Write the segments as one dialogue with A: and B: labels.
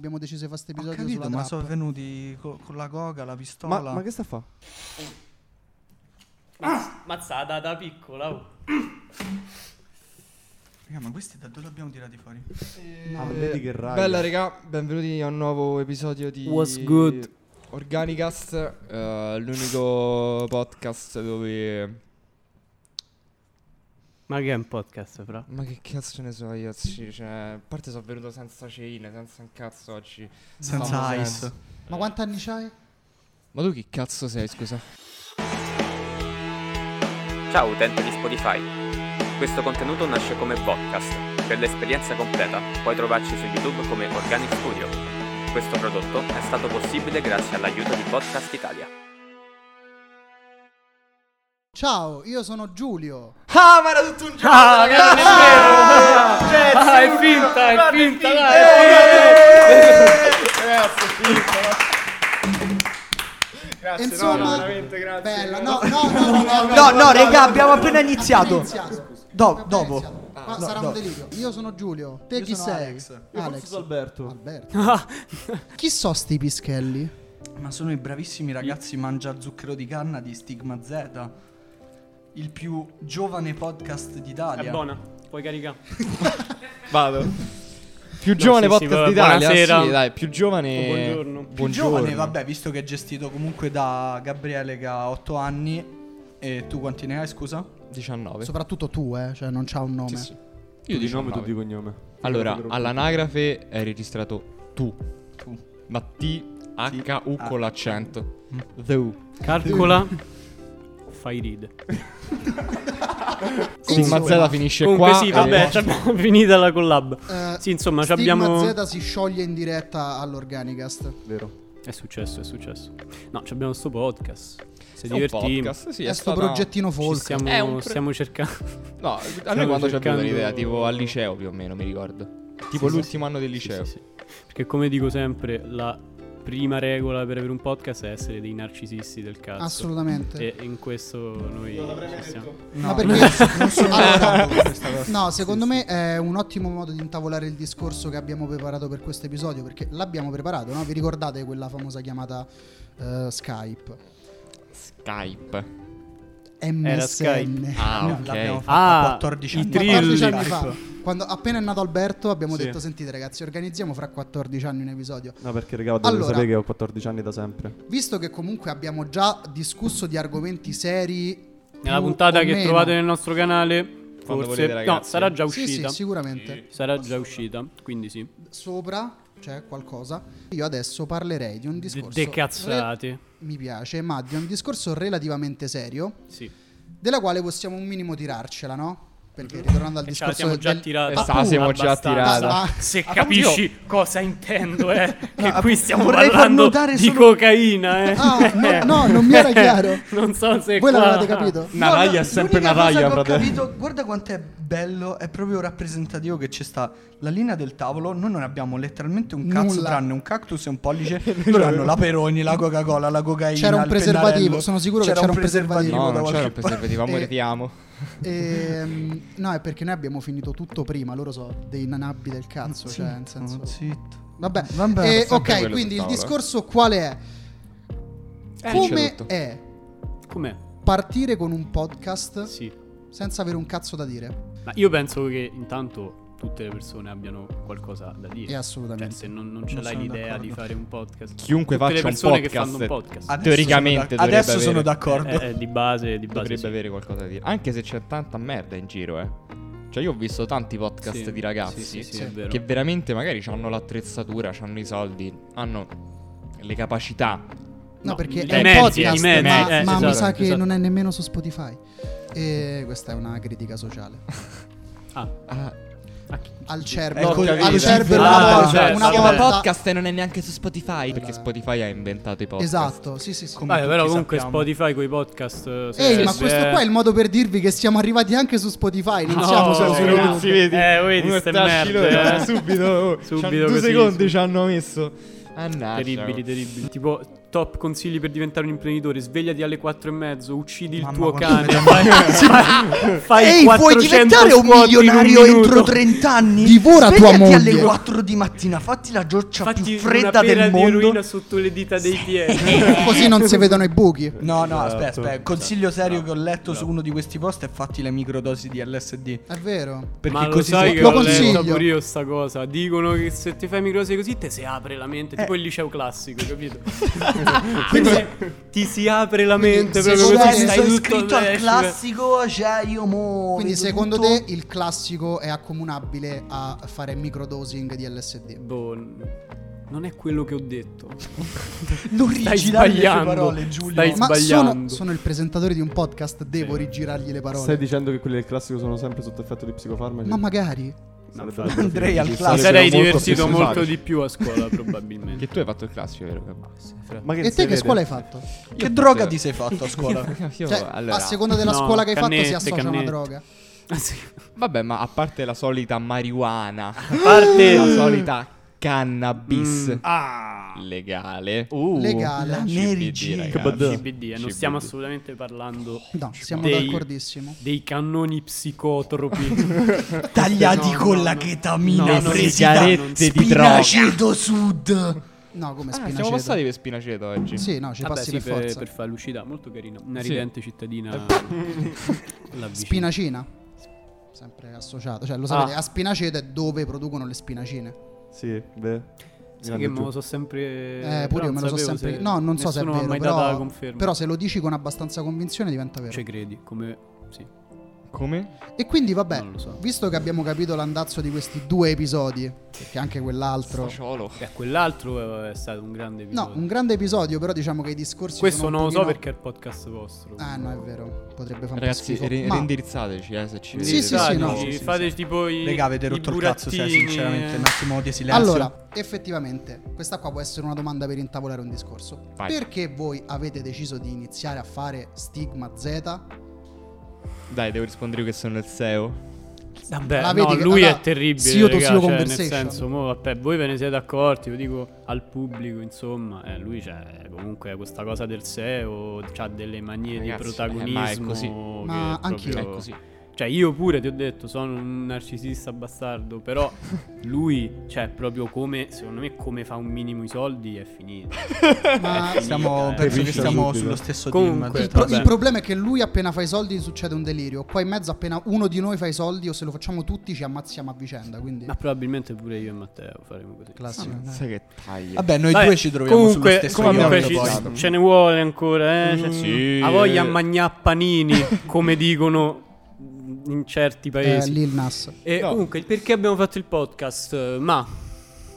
A: Abbiamo deciso di fare questo
B: Ho
A: episodio
B: capito,
A: sulla
B: ma
A: trap.
B: sono venuti co- con la coca, la pistola.
C: Ma, ma che sta a fa?
D: Mazz- Mazzata da piccola. oh.
B: Raga, Eh, ma questi da dove l'abbiamo tirati fuori?
C: Ah, vedi che raga.
E: Eh, Bella regà, benvenuti a un nuovo episodio di
D: What's good?
E: Organicast, eh, l'unico podcast dove
D: Ma che è un podcast, però?
E: ma che cazzo ne so io, oggi, cioè, a parte sono venuto senza ceine, senza un cazzo oggi.
B: Senza
E: Famo
B: ice.
E: senso.
A: Ma quanti anni c'hai?
E: Ma tu che cazzo sei, scusa?
F: Ciao utente di Spotify. Questo contenuto nasce come podcast. Per l'esperienza completa puoi trovarci su YouTube come Organic Studio. Questo prodotto è stato possibile grazie all'aiuto di Podcast Italia.
A: Ciao, io sono Giulio.
E: Ah, ma era tutto un gioco, ragazzi!
D: Ah, è finta, è finta, dai.
A: Grazie, Insomma, veramente grazie. Bella, no, no, no, no, no,
B: No, no, raga, abbiamo appena iniziato.
A: iniziato.
B: Do-
A: Appena
B: dopo.
A: iniziato. Ma sarà un delirio. Io sono Giulio. Te
C: Io
A: chi
C: sono
A: sei?
C: Alex. Io
A: Alex.
C: sono Alberto.
A: Alberto. chi so sti pischelli?
B: Ma sono i bravissimi ragazzi Mangia Zucchero di Canna di Stigma Z. Il più giovane podcast d'Italia.
G: È buona, puoi caricare.
E: Vado. Più giovane
G: sì, sì,
E: podcast
G: vabbè,
E: d'Italia,
G: buonasera.
E: sì, dai, più giovane.
G: Buongiorno.
B: Più
E: Buongiorno.
B: giovane, vabbè, visto che è gestito comunque da Gabriele che ha 8 anni. E tu quanti ne hai, scusa?
E: 19.
A: Soprattutto tu, eh, cioè non c'ha un nome.
E: Sì, sì. Io
C: Tu di nome,
E: 19.
C: tu di cognome.
E: Allora,
C: Io non
E: all'anagrafe è registrato tu,
B: Tu.
E: ma T H U con l'accento.
G: Mm.
E: The U.
G: Calcola. Fai read.
E: Sigma
A: Insomma,
E: Z finisce
G: Comunque
E: qua.
G: sì,
E: e-
G: vabbè, ci abbiamo finita la collab.
A: eh,
G: sì, insomma, ci
A: Stigma
G: abbiamo
A: Z si scioglie in diretta all'Organicast.
C: ricordo- Vero.
G: È successo, è successo. No, ci abbiamo sto podcast. Se
E: È un
G: divertiamo.
E: podcast, sì,
A: È
E: è,
A: sto
E: stata-
A: progettino
G: Ci
A: folk.
G: stiamo,
E: È un pro-
G: stiamo cercando.
E: No, a noi quando ci è venuta
G: cercando-
E: l'idea, tipo al liceo più o meno, mi ricordo. Tipo
G: sì,
E: l'ultimo anno del
G: Sì,
E: liceo.
G: sì, sì. Perché come dico sempre, la prima regola per avere un podcast è essere dei narcisisti del cazzo.
A: Assolutamente.
G: E in questo noi ci stiamo.
A: Ma
B: No,
A: perché
B: non sono
A: Allora,
B: d'accordo con questa cosa.
A: No, secondo me è un ottimo modo di intavolare il discorso che abbiamo preparato per questo episodio, perché l'abbiamo preparato, no? Vi ricordate quella famosa chiamata eh, Skype?
E: Skype.
A: MSN.
G: Skype.
E: Ah,
B: No, L'abbiamo
E: ok.
B: fatta
G: Ah,
B: 14
G: i
B: anni.
G: thrill.
A: 14
G: Trilli.
A: anni fa, quando appena è nato Alberto, abbiamo
G: Sì.
A: detto: Sentite, ragazzi, organizziamo fra 14 anni un episodio.
C: No, perché raga, dovete
A: Allora.
C: sapere che ho 14 anni da sempre.
A: Visto che comunque abbiamo già discusso di argomenti seri.
G: Nella
A: più
G: puntata
A: o
G: che
A: meno.
G: trovate nel nostro canale,
E: Quando
G: forse
E: volete,
G: no,
E: ragazzi.
G: sarà già
A: Sì, sì,
G: uscita.
A: sicuramente.
G: Sarà già uscita, quindi sì.
A: Sopra c'è qualcosa. Io adesso parlerei di un discorso.
G: De
A: re-
G: cazzate.
A: mi piace, ma di un discorso relativamente serio,
G: Sì.
A: della quale possiamo un minimo tirarcela, no? Perché ritornando al
G: Che Mhm. ce
A: discorso
G: la siamo già
A: del- Ah,
G: tirata.
E: Eh, sa, siamo già
G: abbastanza.
A: tirata.
G: Ah, Se
E: Ah,
G: capisci cosa intendo, eh. Che qui stiamo
B: vorrei far
G: parlando
B: notare
G: di
B: solo-
G: cocaina, eh.
A: Ah, no, no, non mi era chiaro.
G: non so se
A: Voi
G: qua... Ah.
A: l'avete capito?
C: Una
B: Guarda,
C: raia è sempre
B: l'unica
C: una
B: cosa
C: raia,
B: che ho
C: frate.
B: capito, guarda quanto è bello, è proprio rappresentativo che ci sta la linea del tavolo, noi non abbiamo letteralmente un cazzo
A: Nulla.
B: tranne un cactus e un pollice, loro hanno la Peroni, la Coca-Cola, la cocaina,
A: C'era un
B: il
A: preservativo,
B: pennarello.
A: sono sicuro che c'era un preservativo.
B: da
E: No, non c'era
B: qualche
E: il preservativo, amore,
A: Eh.
E: ti amo.
A: Ehm, no, è perché noi abbiamo finito tutto prima, loro sono dei nanabbi del cazzo, cioè, nel
B: parte.
A: senso...
B: Zitto.
A: Vabbè,
B: Vabbè,
A: Eh,
B: sempre
A: ok,
E: quello
A: quindi il
E: sul tavolo, eh.
A: discorso qual è?
E: dice
A: Come
E: tutto.
A: è
G: Com'è?
A: partire con un podcast
G: Sì.
A: senza avere un cazzo da dire?
G: Ma io penso che intanto tutte le persone abbiano qualcosa da dire.
A: E assolutamente.
G: Cioè, se non, non ce
B: Non
G: l'hai
B: sono
G: l'idea
B: d'accordo.
G: di fare un podcast.
E: Chiunque
G: tutte
E: faccia
G: le
E: un
G: persone che
E: podcast
G: fanno un podcast.
B: Adesso
E: Teoricamente
B: sono d'ac- adesso
E: dovrebbe
B: sono
E: avere-
B: d'accordo.
G: Eh, eh, di base, di base.
E: Dovrebbe
G: sì.
E: avere qualcosa da dire. Anche se c'è tanta merda in giro, eh. Cioè, io ho visto tanti podcast
G: Sì.
E: di ragazzi
G: Sì, sì, sì,
A: Sì.
G: è vero.
E: che veramente magari hanno l'attrezzatura, hanno i soldi, hanno le capacità.
A: No,
G: No,
A: perché
G: i
A: è un
G: mezzi,
A: podcast,
G: i mezzi,
A: ma,
G: eh,
A: ma mi
G: esatto,
A: sa che
G: esatto.
A: non è nemmeno su Spotify. E questa è una critica sociale.
G: Ah,
E: Ah,
A: Al cerbero,
B: Ecco,
A: al
B: capito.
A: cerbero
G: Ah,
A: una volta,
G: certo,
A: una
G: sì.
A: volta-
E: podcast e non è neanche su Spotify. Perché Spotify ha inventato i podcast.
A: Esatto, sì, sì, sì.
B: Come
G: Vabbè,
B: tutti
G: però comunque
B: sappiamo.
G: Spotify con i podcast. eh, se-
A: Ehi, ma
G: se-
A: questo qua è il modo per dirvi che siamo arrivati anche su Spotify, non siamo solo su
G: no,
A: YouTube.
G: si vede. Eh, vedi, ste merde, eh.
E: subito, oh,
G: Subito
E: c'han- due
G: così,
E: secondi
G: subito.
E: ci hanno messo. Mannaggia.
G: Terribili, terribili. Tipo, Top consigli per diventare un imprenditore: svegliati alle 4 e mezzo, uccidi il
B: Mamma,
G: tuo
B: quanto
G: cane.
B: mi dà
G: Fai, fai
B: Ehi, vuoi
G: 400
B: diventare un
G: squat in
B: milionario
G: minuto.
B: entro 30 anni?
A: Divora tua
B: Svegliati
A: moglie.
B: alle 4 di mattina, fatti la doccia
G: Fatti
B: più
G: una
B: fredda
G: pera
B: del
G: di
B: mondo.
G: eroina sotto le dita dei piedi.
A: Così non si vedono i buchi.
B: No, no,
C: Esatto.
B: aspetta, aspetta. Consiglio
G: esatto.
B: serio
C: No,
B: che ho letto
C: no.
B: su uno di questi post è fatti le microdosi di LSD.
A: È vero.
B: Perché
G: Ma lo
B: così
G: sai
B: si-
G: che
A: Lo
G: ho letto
A: consiglio.
G: pure io sta cosa. Dicono che se ti fai microsi così te si apre la mente, tipo il liceo classico, capito? Quindi ti si apre la
A: Quindi,
G: mente
A: se
G: proprio
A: ci
G: così
A: sei-
G: stai
A: sei
G: tutto
B: iscritto al
G: flash.
B: classico, cioè io mo
A: Quindi
B: vedo
A: secondo
B: tutto.
A: te il classico è accomunabile a fare microdosing di LSD?
G: Boh, n- non è quello che ho detto.
B: non
G: Stai
B: rigirare le tue
G: sbagliando.
B: parole, Giulio?
G: Stai
A: Ma sono,
G: sbagliando.
A: sono il presentatore di un podcast, devo rigirargli le parole.
C: Stai dicendo che quelli del classico sono sempre sotto effetto di psicofarmaci?
A: Ma magari.
C: Sarebbe
G: infatti.
C: bello,
B: Andrei
C: sì,
B: al
C: ci
B: classico.
G: Mi
C: sarebbero
G: sarei
C: molto
G: divertito
C: più
G: molto
C: simpatici.
G: di più a scuola,
E: Che
G: probabilmente.
E: tu hai fatto il classico, vero? Che
C: Ma
A: E te che
C: si
A: scuola hai
C: vede?
A: fatto?
B: Che droga ti sei fatto a scuola?
A: Cioè,
E: allora,
A: a seconda della
G: No,
A: scuola che hai fatto si
G: cannette,
A: associa una
G: cannette.
A: droga.
G: Ah, sì.
E: Vabbè, ma a parte la solita marijuana,
G: A parte
E: la solita cannabis
G: Mm.
E: Ah. legale.
G: Uh,
A: Uh. Legale.
B: La
A: No,
B: Mary
E: CBD,
B: Jane.
E: ragazzi.
C: Che
G: CBD, eh, non
E: CBD.
G: stiamo assolutamente parlando
A: siamo
G: dei-
A: d'accordissimo.
G: dei cannoni psicotropi.
B: Tagliati
G: No,
B: con
G: no,
B: la
G: no.
B: chetamina
G: No, no,
B: presi da
E: sigarette di droga.
B: Spinaceto Sud.
A: No, come
E: Ah,
A: spinaceto.
E: siamo passati per spinaceto oggi.
A: Sì, no, ci
G: Vabbè,
A: passi
G: sì,
A: per forza.
G: per fare l'uscita, molto carina. Una
E: Sì.
G: ridente cittadina. la vicina.
A: Spinacina. Sempre associato. Cioè, lo
G: Ah.
A: sapete, a Spinaceto è dove producono le spinacine.
C: Sì, beh.
G: Sai che me lo so sempre.
A: Eh, pure io
G: però
A: me
G: non
A: lo so
G: sapevo
A: sempre. No, non so se è
G: nessuno mi
A: vero.
G: ha mai dato la
A: Però,
G: conferma.
A: però se lo dici con abbastanza convinzione diventa vero.
G: ci credi, come sì.
E: Come?
A: E quindi, vabbè,
G: Non lo so.
A: visto che abbiamo capito l'andazzo di questi due episodi, perché anche quell'altro.
E: Fagiolo.
G: Beh, quell'altro eh, è stato un grande
A: No,
G: episodio.
A: un grande episodio, però diciamo che i discorsi.
G: Questo
A: sono un
G: non lo so
A: pochino-
G: perché è il podcast vostro.
A: Ah, no, è vero. Potrebbe fare un
E: Ragazzi,
A: po' schifo.
E: ri-
A: ma-
E: rindirizzateci, eh, se ci
A: Sì,
E: vedete.
A: sì, sì, no.
G: Sì,
B: Sì, sì,
G: fate
B: sì.
G: tipo i.
B: Raga, avete
G: i
B: rotto il cazzo, cioè,
G: burattini,
B: sinceramente,
G: eh.
B: un attimo di silenzio.
A: Allora, effettivamente, questa qua può essere una domanda per intavolare un discorso.
E: Vai.
A: Perché voi avete deciso di iniziare a fare Stigma Z?
E: Dai, devo rispondere io che sono il SEO.
G: Vabbè,
A: La vedi
G: no,
A: che-
G: lui
A: allora,
G: è terribile.
A: CEO to
G: raga,
A: CEO
G: cioè, nel
A: conversation.
G: senso, mo, vabbè, voi ve ne siete accorti, lo dico al pubblico, insomma. eh, lui c'è comunque questa cosa del SEO, ha delle
E: Ragazzi,
G: manie di
E: eh, ma è
G: protagonismo.
E: così.
G: che
A: Ma
G: è
A: anch'io.
G: proprio-
E: È così.
G: Cioè, io pure ti ho detto, sono un narcisista bastardo, però lui, cioè, proprio come, secondo me, come fa un minimo i soldi è finito.
A: Ma
G: È
B: Siamo,
G: finita, eh.
B: penso che
C: Capisci
B: siamo
C: subito.
B: sullo stesso
G: Comunque,
A: il,
B: team.
A: pro-
G: vabbè.
A: il problema è che lui appena fa i soldi succede un delirio. Qua in mezzo appena uno di noi fa i soldi o se lo facciamo tutti ci ammazziamo a vicenda. Quindi...
G: Ma probabilmente pure io e Matteo faremo così.
A: Classico. Eh,
E: Sai che taglio.
B: Vabbè, noi
G: Vabbè,
B: due ci troviamo
G: comunque,
B: sullo stesso
G: comunque
B: livello
G: ci-
B: poi.
E: poi.
G: ce ne vuole ancora, eh? Cioè,
E: Mm, Sì.
G: Ha voglia a mangià panini, come dicono in certi
A: Eh,
G: paesi.
A: Lil Nas.
G: e
E: No.
G: comunque, il perché abbiamo fatto il podcast? eh, Ma,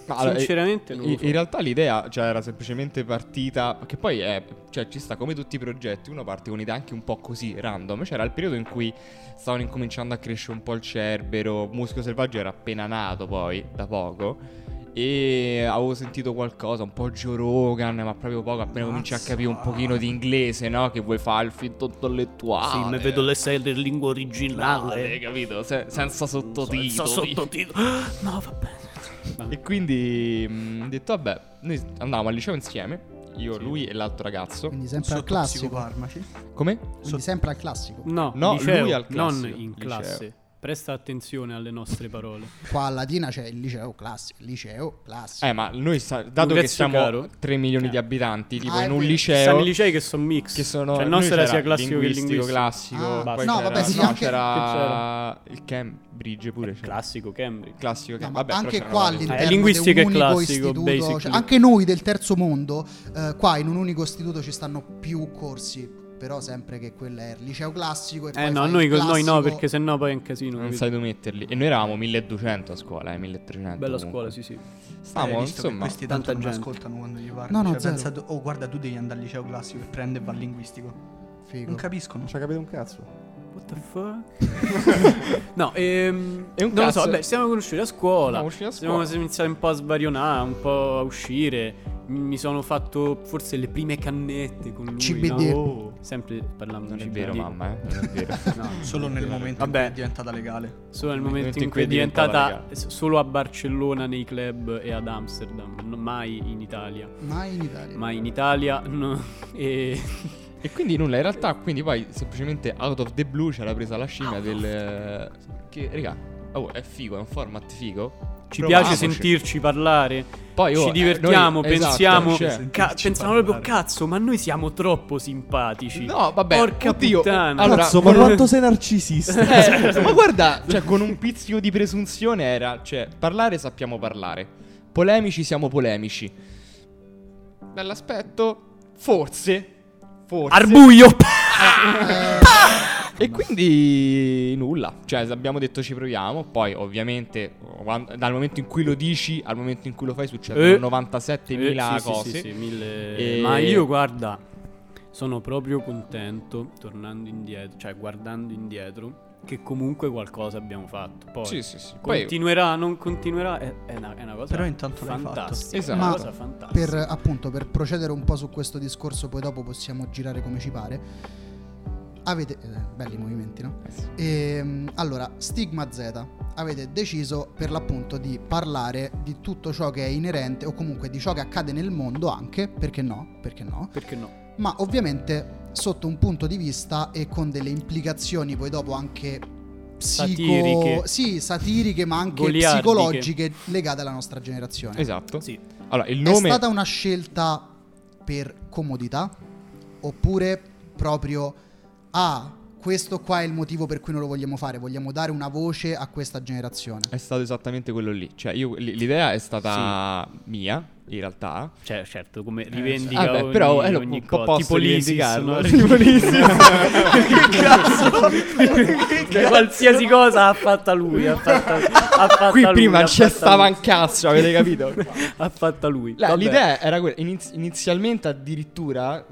E: Ma allora,
G: sinceramente,
E: i-
G: non lo
E: in,
G: so.
E: realtà l'idea cioè, era semplicemente partita. Che poi è. Cioè, ci sta come tutti i progetti. Uno parte con idee anche un po' così random. C'era il periodo in cui stavano incominciando a crescere un po' il cerbero. Muschio selvaggio era appena nato poi, da poco. E avevo sentito qualcosa, un po' Joe Rogan, ma proprio poco. Appena cominci a capire un pochino di inglese, no? Che vuoi fare il finto intellettuale.
H: Sì, mi vedo le serie in lingua originale.
E: Hai capito? Se- senza sottotitoli.
H: Senza sottotitoli. No, vabbè.
E: E quindi mh, ho detto, vabbè, noi andavamo al liceo insieme, io, lui e l'altro ragazzo.
A: Quindi sempre al
B: Sotto
A: classico.
B: psicofarmaci.
E: Come?
A: Quindi sempre al classico.
G: no,
E: No,
G: liceo,
E: lui al classico,
G: non in
E: liceo.
G: classe. Presta attenzione alle nostre parole.
A: Qua a Latina c'è il liceo classico. Il liceo classico.
E: Eh, ma noi, sa- dato che
G: Lucrezio
E: siamo
G: Caro?
E: 3 milioni di
G: Eh.
E: abitanti, tipo
A: Ah, è
E: in un
A: vero.
E: liceo...
G: Stanno i licei che sono mix.
E: Cioè, Che sono
G: cioè, il nostro
E: noi
G: era
E: c'era
G: sia classico che linguistico.
E: classico.
A: Ah,
E: poi
A: no,
E: c'era-
A: vabbè, sì,
E: no,
A: anche-
E: c'era il Cambridge pure. c'era.
G: Classico Cambridge.
E: Classico
A: No,
E: Cambridge.
A: ma
E: Vabbè, però
A: anche
E: c'erano
A: qua
E: vari-
A: all'interno di
G: Eh,
A: un
G: linguistica è
A: unico
G: classico,
A: istituto,
G: basic.
A: cioè, anche noi del terzo mondo, eh, qua in un unico istituto ci stanno più corsi. Però sempre che quella è il liceo classico. E
G: Eh
A: poi
G: no,
A: fai il
G: noi, noi no,
A: classico.
G: perché sennò poi è un casino.
E: Non
G: capito?
E: sai dove metterli. E noi eravamo 1200 a scuola, eh, 1300.
G: Bella
E: comunque.
G: scuola, sì, sì.
E: Stavamo,
B: Hai visto che
E: insomma...
B: questi tanto
G: tanta
B: non
G: gente.
B: ascoltano quando gli parli.
A: No, no,
B: Cioè,
A: zero.
B: pensa tu- oh, guarda, tu devi andare al liceo classico e prende e va al linguistico.
A: Figo.
B: Non capiscono. cioè,
C: Non ci ha capito un cazzo.
G: What the fuck? no, ehm,
E: È un
G: non lo so,
E: cazzo.
G: vabbè, ci siamo conosciuti a scuola.
E: Siamo usciti a
G: Siamo
E: scuola.
G: iniziati un po' a svarionare, un po' a uscire. mi sono fatto forse le prime cannette con lui.
A: CBD.
G: no? Sempre parlando
E: Non
G: di
E: è vero,
G: CBD.
E: mamma, eh. Non è vero.
G: No,
B: Solo nel momento in
G: Vabbè.
B: cui è diventata legale.
G: Solo nel momento in cui è
E: diventata
G: diventata
E: legale.
G: s- solo a Barcellona nei club e ad Amsterdam, non- mai in Italia.
A: Mai in Italia.
G: Mai in Italia no, e
E: E quindi nulla, in realtà, quindi poi semplicemente out of the blue c'era presa la scimmia del. Che, raga, oh, è figo, è un format figo.
G: ci piace
E: Proviamoci.
G: sentirci parlare.
E: Poi, oh,
G: ci
E: eh,
G: divertiamo,
E: noi- esatto,
G: pensiamo,
E: cioè-
G: ca-
B: Sentirci
G: pensiamo
B: parlare.
G: proprio cazzo, ma noi siamo troppo simpatici.
E: No, vabbè.
G: Porca
E: oddio,
G: puttana.
E: Allora,
C: Cazzo, ma quanto sei narcisista.
E: Eh, ma guarda, cioè, con un pizzico di presunzione era, cioè, parlare sappiamo parlare. Polemici siamo polemici. Bell'aspetto, forse. Forse.
G: Arbuio.
E: e quindi nulla. Cioè, abbiamo detto ci proviamo. Poi, ovviamente, quando- dal momento in cui lo dici al momento in cui lo fai succedono
G: Eh.
E: 97.000
G: Eh, sì, sì,
E: cose.
G: sì, sì, mille-
E: E-
G: Ma io guarda, sono proprio contento tornando indietro, cioè guardando indietro, che comunque qualcosa abbiamo fatto. Poi
E: Sì, sì, sì. Poi-
G: continuerà, non continuerà, è, è una, è una cosa
B: Però intanto l'hai
G: fantastica.
E: fatto.
G: è una
A: Ma
G: cosa fantastica.
A: per, appunto, per procedere un po' su questo discorso, poi dopo possiamo girare come ci pare. Avete. eh, belli i movimenti, no?
G: Eh
A: Ehm, allora, Stigma Z. Avete deciso per l'appunto di parlare di tutto ciò che è inerente o comunque di ciò che accade nel mondo anche, perché no? Perché no?
G: Perché no?
A: ma ovviamente sotto un punto di vista e con delle implicazioni poi dopo anche psico-
G: Satiriche.
A: sì, satiriche ma anche
G: Goliardiche.
A: psicologiche legate alla nostra generazione.
E: Esatto.
G: Sì.
E: Allora, il
A: È
E: nome
A: stata una scelta per comodità oppure proprio ah, questo qua è il motivo per cui non lo vogliamo fare, vogliamo dare una voce a questa generazione.
E: è stato esattamente quello lì. Cioè, io, l- l'idea è stata mia, in realtà.
G: Cioè, certo,
E: Eh,
G: come rivendica
E: Vabbè,
G: ogni,
E: però eh, lo-
G: ogni
E: po-
G: cosa.
E: posso
G: tipo l'ISIS,
E: rivendicarlo.
G: no?
E: Tipo l'Isis.
G: Cioè, qualsiasi cosa ha fatta lui, ha fatta, ha fatta
E: Qui
G: lui,
E: prima
G: ha
E: c'è
G: fatta
E: stava
G: lui.
E: un cazzo, avete capito?
G: ha fatta lui.
E: La-
G: Vabbè.
E: l'idea era quella, iniz- inizialmente addirittura,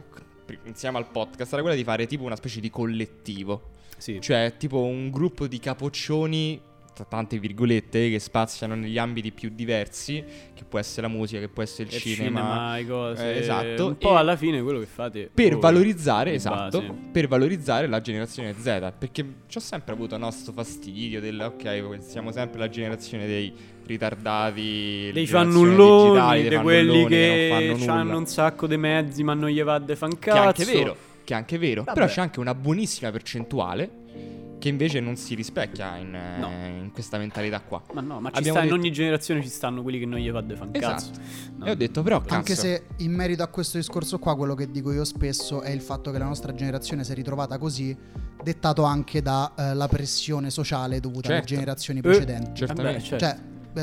E: pri- insieme al podcast, era quella di fare tipo una specie di collettivo.
G: Sì.
E: Cioè, tipo un gruppo di capoccioni, tra tante virgolette, che spaziano negli ambiti più diversi, che può essere la musica, che può essere il,
G: Il cinema, le cose.
E: Eh, esatto.
G: Un po'
E: E-
G: alla fine quello che fate.
E: per
G: voi,
E: valorizzare,
G: di
E: esatto,
G: base.
E: per valorizzare la generazione Z, perché ci ho sempre avuto il nostro fastidio del ok, siamo sempre la generazione dei ritardati, la
G: Dei
E: generazione digitali,
G: fannulloni,
E: dei
G: di quelli
E: fannulloni
G: che,
E: non fanno
G: hanno
E: nulla.
G: un sacco di mezzi ma non gli va de fan
E: Che è
G: cazzo.
E: anche vero, che è anche vero,
G: Vabbè.
E: però c'è anche una buonissima percentuale che invece non si rispecchia in, eh,
G: No.
E: in questa mentalità qua.
G: Ma no, ma ci
E: Abbiamo
G: sta, in
E: detto-
G: ogni generazione ci stanno quelli che non gli va de fan
E: Esatto.
G: cazzo. No. Eh,
E: E ho detto però cazzo,
A: Anche se in merito a questo discorso qua, quello che dico io spesso è il fatto che la nostra generazione si è ritrovata così, dettato anche dalla pressione sociale dovuta alle
E: Certo.
A: generazioni
G: Eh,
A: precedenti.
E: certamente.
G: Vabbè, certo.
A: Cioè,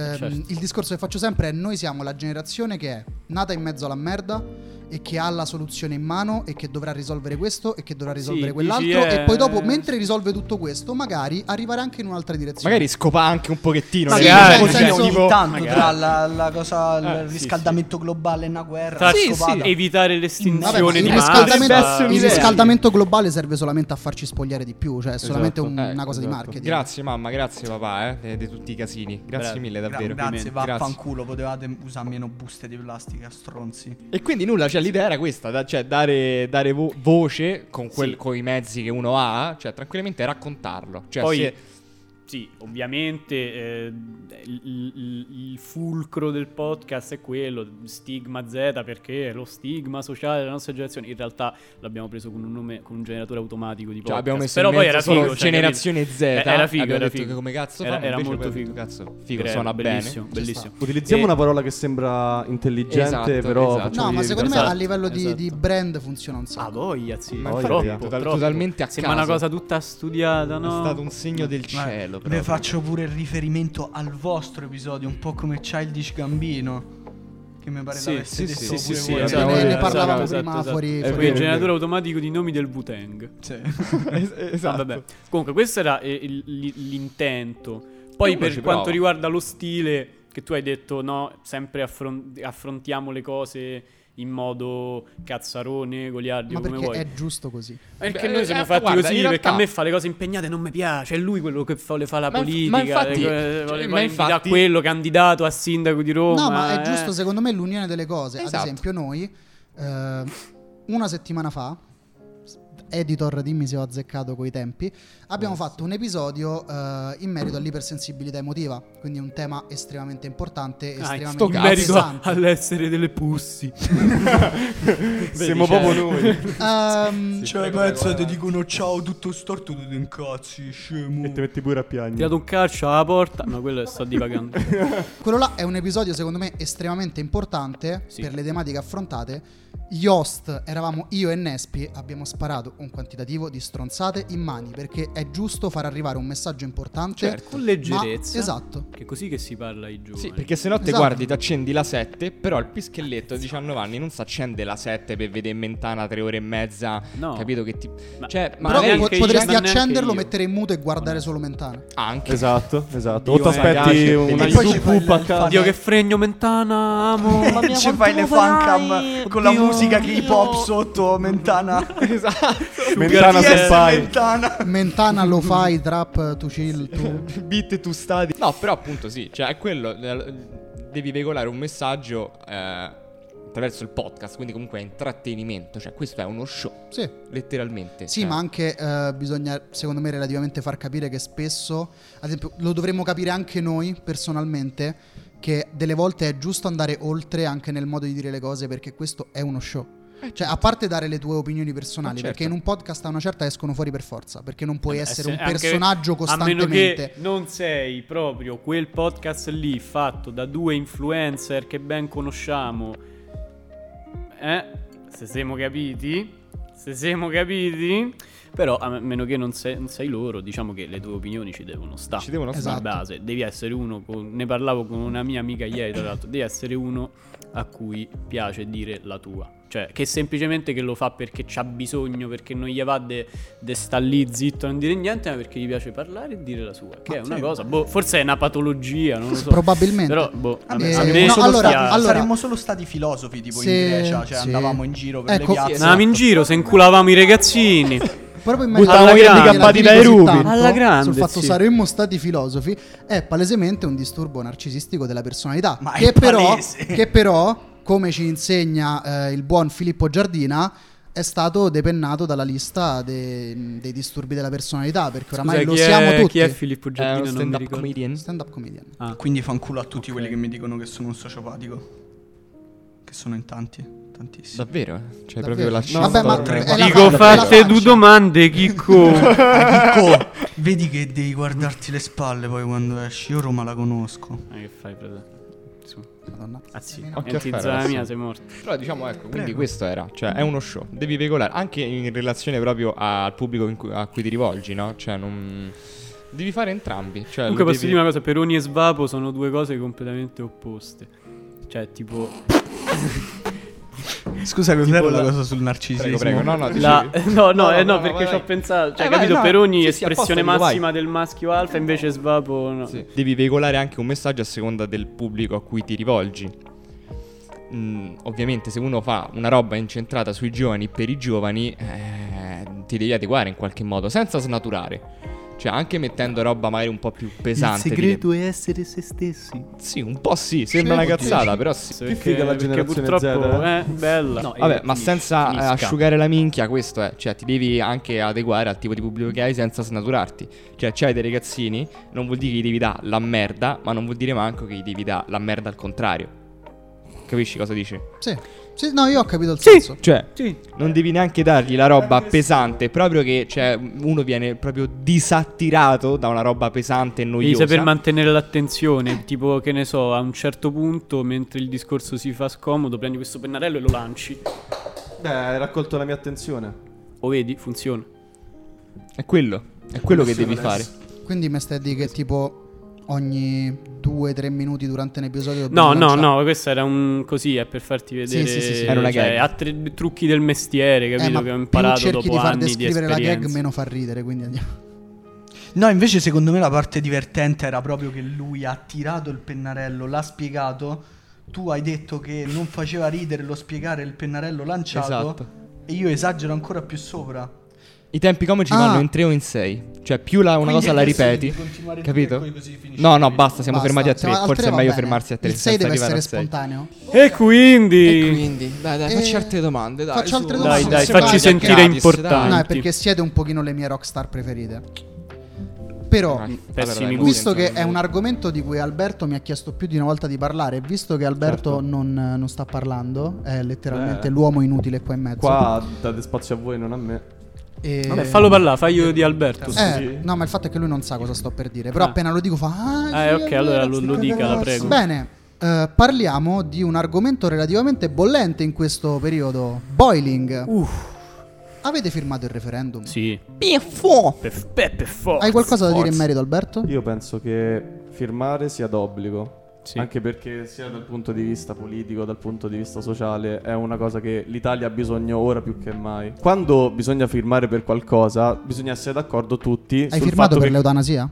A: ehm,
G: Certo.
A: il discorso che faccio sempre è noi siamo la generazione che è nata in mezzo alla merda e che ha la soluzione in mano e che dovrà risolvere questo e che dovrà risolvere
G: dici,
A: quell'altro e
G: eh,
A: poi dopo, mentre risolve tutto questo, magari arrivare anche in un'altra direzione.
E: magari scopa anche un pochettino,
A: Sì,
E: nel
A: magari,
E: senso,
A: nel senso-
E: tipo-
B: diciamo Ogni tanto
G: magari.
B: tra la, la cosa, il
G: Eh, sì,
B: riscaldamento globale e una guerra.
G: Tra-
E: Sì,
B: scopata.
E: sì.
G: Evitare
A: Vabbè, ma
G: l'estinzione
A: il,
G: di
A: riscaldamento,
E: Potrebbe
G: massa.
E: essere
A: il
E: un'idea.
A: riscaldamento globale serve solamente a farci spogliare di più, cioè è solamente
C: Esatto.
A: un-
E: Eh,
A: una cosa di
C: esatto.
A: marketing.
E: Grazie mamma, grazie papà, eh, de- di tutti i casini. Grazie
G: Bravo.
E: mille
B: Gra-
E: davvero.
B: grazie,
E: Grazie.
B: vaffanculo. Potevate usare meno buste di plastica, stronzi.
E: E quindi nulla, cioè l'idea era questa, da- cioè dare, dare vo- voce con, quel,
G: Sì.
E: con i mezzi che uno ha, cioè tranquillamente raccontarlo. Cioè,
G: Poi, boh,
E: se-
G: sì, ovviamente eh, il, il- il fulcro del podcast è quello, stigma Z, perché è lo stigma sociale della nostra generazione. In realtà l'abbiamo preso con un nome, con un generatore automatico di podcast.
E: Cioè, abbiamo messo
G: Però
E: in
G: poi
E: mezzo
G: era
E: solo
G: figo, cioè,
E: generazione
G: capito?
E: Z,
G: Eh, Era figo,
E: abbiamo
G: era
E: detto
G: figo.
E: che come cazzo
G: era,
E: fanno,
G: era
E: invece
G: molto
E: poi
G: figo.
E: ho detto, cazzo, figo,
G: Era
E: suona bene.
G: bellissimo, Bellissimo,
C: Utilizziamo
G: E-
C: una parola che sembra intelligente,
E: Esatto,
C: però
E: esatto.
C: facciamo
A: No, ma
C: dire
A: secondo me
C: cazzate.
A: a livello di,
G: Esatto.
A: di brand funziona un
G: Ah,
A: sacco.
G: voglia, sì.
E: Ma
C: Voglia,
G: troppo,
C: voglia.
E: Total-
G: troppo.
E: totalmente a
G: Sembra
E: caso.
G: una cosa tutta studiata, no? Eh,
E: È stato un segno del
B: Guarda,
E: cielo.
B: Vi
E: proprio.
B: faccio pure il riferimento al vostro episodio, un po' come Childish Gambino. Che mi pare
G: Sì,
B: l'avesse
G: sì,
B: detto
G: sì,
B: pure
G: sì, sì,
B: voi.
G: esatto,
A: Ne- ne
G: esatto,
A: parlavamo
G: esatto,
A: prima
G: esatto.
A: fuori-
G: È
A: fuori-
G: vero, il
C: vero.
G: generatore automatico di nomi del Wu-Tang.
B: Sì.
E: Es- esatto.
G: Ah, vabbè. Comunque, questo era eh, il- l- l'intento. Poi,
E: Uno
G: per
E: ci
G: quanto
E: prova.
G: riguarda lo stile, Che tu hai detto no, sempre affron- affrontiamo le cose in modo cazzarone, goliardico,
A: Ma
G: come
A: perché
G: vuoi.
A: è giusto così.
G: Perché
E: Beh,
G: noi siamo
E: eh,
G: fatti
E: guarda,
G: così,
E: in
G: perché
E: realtà-
G: a me fa le cose impegnate non mi piace, è lui quello che fa, le fa la
E: Ma inf-
G: politica,
E: ma infatti-
G: le co-
E: cioè,
G: le
E: ma
G: fa
E: infatti-
G: infatti... quello candidato a sindaco di Roma.
A: no, ma è
G: eh.
A: giusto, secondo me, l'unione delle cose. Ad
E: Esatto.
A: esempio, noi, eh, una settimana fa, editor, dimmi se ho azzeccato coi tempi, abbiamo fatto un episodio eh, in merito all'ipersensibilità emotiva, quindi un tema estremamente importante,
G: Ah, in
A: estremamente
G: sto merito
A: pesante.
G: all'essere delle cioè, pussi.
C: Siamo proprio noi.
A: Ehm,
B: Cioè, pensa, ti dicono ciao tutto storto, tu ti incazzi, scemo.
C: e ti metti pure a piangere.
G: Tirato un calcio alla porta, ma quello sto divagando.
A: Quello là è un episodio secondo me estremamente importante
G: Sì.
A: per le tematiche affrontate. Gli host, eravamo io e Nespi, abbiamo sparato un quantitativo di stronzate in mani perché è giusto far arrivare un messaggio importante.
E: Certo.
G: Con leggerezza.
A: Ma- esatto.
G: Che è così che si parla ai giovani.
E: Sì, perché se no te
A: Esatto.
E: guardi, ti accendi la 7, però il pischelletto a 19 anni non si accende la 7 per vedere in mentana 3 ore e mezza.
G: No.
E: Capito che ti...
G: Ma-
E: Cioè, ma
A: Però
E: neanche
A: po-
E: i
A: potresti
E: genitori-
A: accenderlo,
G: io.
A: mettere in muto e guardare solo Mentana.
E: Anche.
C: Esatto, esatto. O
E: Dio,
C: ti aspetti
E: ragazzi,
C: una
E: e poi
A: ci
C: YouTube
B: fai
C: a
B: il-
C: casa.
G: Dio che fregno mentana, amo. Mamma mia,
B: Ci fai le fancam con la musica che hip hop sotto Mentana.
C: Mentana
B: Yes,
C: se fai.
B: Mentana.
A: Mentana lo fai, trap, tu chill, tu.
E: beat tu stadi. No, però appunto sì, cioè è quello eh, devi veicolare un messaggio eh, attraverso il podcast, quindi comunque è intrattenimento, cioè questo è uno show,
A: Sì.
E: letteralmente.
A: Sì,
E: Cioè,
A: ma anche eh, bisogna, secondo me, relativamente far capire che spesso, ad esempio, lo dovremmo capire anche noi personalmente, che delle volte è giusto andare oltre anche nel modo di dire le cose perché questo è uno show.
G: Eh,
A: Cioè, a parte dare le tue opinioni personali,
E: Ma certo.
A: perché in un podcast a una certa escono fuori per forza, perché non puoi
G: Eh,
A: essere
G: se-
A: un
G: anche-
A: personaggio
G: A meno che
A: costantemente.
G: non sei proprio quel podcast lì fatto da due influencer che ben conosciamo. Eh? Se siamo capiti? Se siamo capiti? Però a meno che non sei, non sei loro, diciamo che le tue opinioni ci devono stare.
E: Ci devono
A: Esatto.
G: Di base, Cioè, devi essere uno. con- ne parlavo con una mia amica ieri, tra l'altro. Devi essere uno a cui piace dire la tua. Cioè, che semplicemente che lo fa perché c'ha bisogno, perché non gli va de, de sta lì zitto a non dire niente, ma perché gli piace parlare e dire la sua. Che è una cosa, boh, forse è una patologia, non lo so.
A: Probabilmente.
G: Però, boh,
B: Ah,
G: a me,
A: Eh,
G: a me
A: no,
G: solo
A: allora-
G: piace.
A: allora-
B: Saremmo solo stati filosofi, tipo
A: Se-
B: in Grecia, cioè
A: sì.
B: andavamo in giro per
A: Ecco,
B: le piazze.
A: sì,
G: Andavamo in giro, se inculavamo i ragazzini.
A: Proprio in
G: Buttavo
A: mezzo
G: gli
A: alla grande,
G: handicappati
A: la
G: dai
A: critico
G: rubi.
A: così tanto
G: Alla grande,
A: Sul fatto
G: sì.
A: saremmo stati filosofi È palesemente un disturbo narcisistico della personalità
B: Ma
A: che
B: è
A: però,
B: palese.
A: che però, come ci insegna eh, il buon Filippo Giardina è stato depennato dalla lista de- dei disturbi della personalità perché oramai
G: Scusa,
A: lo
G: chi
A: siamo
G: è,
A: tutti
G: Chi è Filippo
E: È uno
G: Giardino? Non mi
E: stand-up
G: ricordo.
E: comedian.
A: stand up comedian
B: Quindi fa un culo a tutti quelli che mi dicono che sono un sociopatico. Che sono in tanti, tantissimi.
E: Davvero? eh? Cioè
A: Davvero?
E: proprio la
A: No,
E: scienza
A: vabbè, ma-
E: della-
A: è la
G: Dico,
A: faccia, è la
G: fate
A: faccia.
G: due domande, Chicco. Eh,
B: Dico, vedi che devi guardarti le spalle poi quando esci. Io Roma la conosco.
G: Ma che fai, fratello? Su.
A: Madonna
G: Ah sì,
E: Occhio a
G: Enti
E: fare,
G: zona mia,
E: adesso.
G: sei morto.
E: Però diciamo ecco, quindi questo era, cioè è uno show, devi veicolare anche in relazione proprio al pubblico in cui- a cui ti rivolgi, no? Cioè non devi fare entrambi, cioè
G: Comunque
E: lo
G: posso
E: devi-
G: dire una cosa, Peroni e Svapo sono due cose completamente opposte. Cioè, tipo
B: Scusa, cos'era
G: la-
B: la cosa sul narcisismo?
E: Prego, prego. No, no,
G: la...
E: dicevi.
G: No, no,
E: No,
G: eh,
E: no,
G: no,
E: no,
G: perché
E: vai,
G: ci ho
E: vai.
G: pensato. Cioè,
E: Eh, vai,
G: capito?
E: no,
G: Peroni
E: sì, sì, apposta
G: espressione
E: dico, vai. Eh,
G: massima del maschio alfa, invece Svapo no.
E: Sì. Devi veicolare anche un messaggio a seconda del pubblico a cui ti rivolgi. Mm, ovviamente, se uno fa una roba incentrata sui giovani per i giovani, eh, ti devi adeguare in qualche modo, senza snaturare. Cioè, anche mettendo roba magari un po' più pesante. di-
D: è essere se stessi.
E: Sì, un po' sì, sembra una
A: oddio,
E: cazzata,
A: sì.
E: però sì.
G: Perché,
C: figa la
G: perché
C: generazione
G: purtroppo
C: Z,
G: è bella.
E: Vabbè, ma senza eh, asciugare la minchia, questo è. Cioè, ti devi anche adeguare al tipo di pubblico che hai senza snaturarti. Cioè, c'hai dei ragazzini, non vuol dire che gli devi dare la merda, ma non vuol dire manco che gli devi dare la merda al contrario. Capisci cosa dici?
A: sì. Sì, no io ho capito il senso
E: Cioè,
G: Sì.
E: non devi neanche dargli la roba pesante, proprio che cioè, uno viene proprio disattirato da una roba pesante e
G: Devi
E: noiosa.
G: saper mantenere l'attenzione, tipo che ne so, a un certo punto mentre il discorso si fa scomodo, prendi questo pennarello e lo lanci.
C: Beh, hai raccolto la mia attenzione.
G: O vedi, funziona.
E: È quello, è quello che devi fare.
A: quindi mi stai a dire che tipo ogni 2-3 minuti durante un episodio
G: No,
A: dobbiamo
G: no,
A: lanciare-
G: no, questo era un così, è per farti vedere.
A: sì, sì, sì.
E: Era una
G: cioè,
E: gag.
G: altri trucchi del mestiere,
A: Eh,
G: capito?
A: ma
G: che ho
A: più
G: imparato
A: cerchi
G: dopo
A: di far
G: anni di
A: descrivere la gag
G: esperienza.
A: meno far ridere quindi andiamo
B: No, invece secondo me la parte divertente era proprio che lui ha tirato il pennarello, l'ha spiegato. Tu hai detto che non faceva ridere lo spiegare il pennarello lanciato.
E: Esatto.
B: E io esagero ancora più sopra.
E: I tempi comici
A: Ah.
E: vanno in 3 o in 6. Cioè, più la- una
B: Quindi
E: cosa
B: è
E: la
B: possibile
E: ripeti.
B: continuare di
E: Capito?
B: tre e poi così finisce
E: No,
B: il
E: no,
B: video.
E: basta. Siamo
A: Basta,
E: fermati a
A: siamo-
E: 3.
A: al
E: Forse
A: tre
E: è
A: va
E: meglio
A: bene.
E: fermarsi a 3.
A: Il 6 deve essere spontaneo.
G: E quindi...
I: E quindi, dai, dai,
A: Eh,
I: facci altre domande. Dai,
A: faccio
I: su.
A: altre
G: Dai,
A: domande,
G: dai,
A: se
G: facci
A: vai- Ah,
G: sentire
E: gratis,
G: importanti.
E: dai.
A: No, è perché siete un pochino le mie rockstar preferite. Però, eh,
E: Dai,
G: Pessimi
E: dai,
G: gusti.
A: visto
E: dai,
A: che
E: dai.
A: è un argomento di cui Alberto mi ha chiesto più di una volta di parlare, visto che Alberto
C: Certo.
A: non, non sta parlando, è letteralmente
C: Eh.
A: l'uomo inutile qua in mezzo.
C: Qua date spazio a voi, non a me.
A: E-
G: Vabbè, fallo parlare, faglio di Alberto.
A: Eh,
C: Sì.
A: no, ma il fatto è che lui non sa cosa sto per dire. Però
G: Ah.
A: appena lo dico fa. Ah,
G: Eh,
A: sì,
G: ok,
A: è
G: allora
A: vero,
G: lo-
A: sì,
G: lo
A: è
G: dica,
A: vero".
G: la prego.
A: Bene, eh, parliamo di un argomento relativamente bollente in questo periodo: boiling. Avete firmato il referendum?
G: Sì. Per- Peppe Fo.
A: Hai qualcosa da dire in merito, Alberto?
C: Io penso che firmare sia d'obbligo.
G: Sì.
C: Anche perché sia dal punto di vista politico, dal punto di vista sociale, è una cosa che l'Italia ha bisogno ora più che mai. Quando bisogna firmare per qualcosa, bisogna essere d'accordo tutti
A: Hai
C: sul
A: firmato
C: fatto
A: per
C: che
A: l'eutanasia?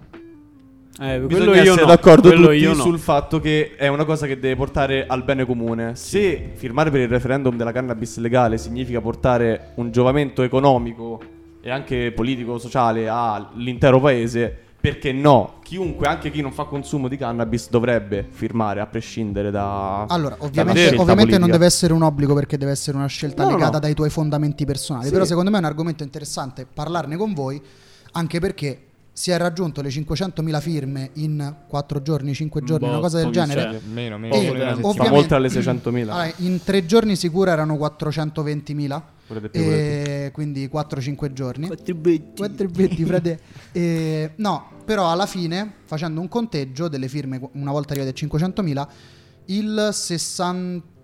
G: Eh,
C: Bisogna
G: quello io
C: essere
G: no.
C: d'accordo
G: quello
C: tutti
G: io no.
C: sul fatto che è una cosa che deve portare al bene comune. Se firmare per il referendum della cannabis legale significa portare un giovamento economico e anche politico-sociale all'intero paese, perché no? Chiunque, anche chi non fa consumo di cannabis, dovrebbe firmare a prescindere da.
A: Allora,
C: dalla
A: ovviamente,
C: scelta
A: ovviamente non
C: politica.
A: deve essere un obbligo perché deve essere una scelta
C: No, no,
A: legata
C: no.
A: dai tuoi fondamenti personali.
C: Sì.
A: Però secondo me è un argomento interessante parlarne con voi, anche perché si è raggiunto le 500.000 firme in 4 giorni, 5 giorno, una cosa del genere.
G: Cioè,
E: Meno, meno.
A: E
E: meno di una
A: Eh, ovviamente-
C: Fa
E: settimana.
C: oltre alle 600.000.
A: Allora, in tre giorni sicuro erano 420.000,
C: Pure di più, pure di
A: e quindi 4-5 giorni. 4 frate. E, no, però alla fine, facendo un conteggio delle firme, una volta arrivate a 500.000, il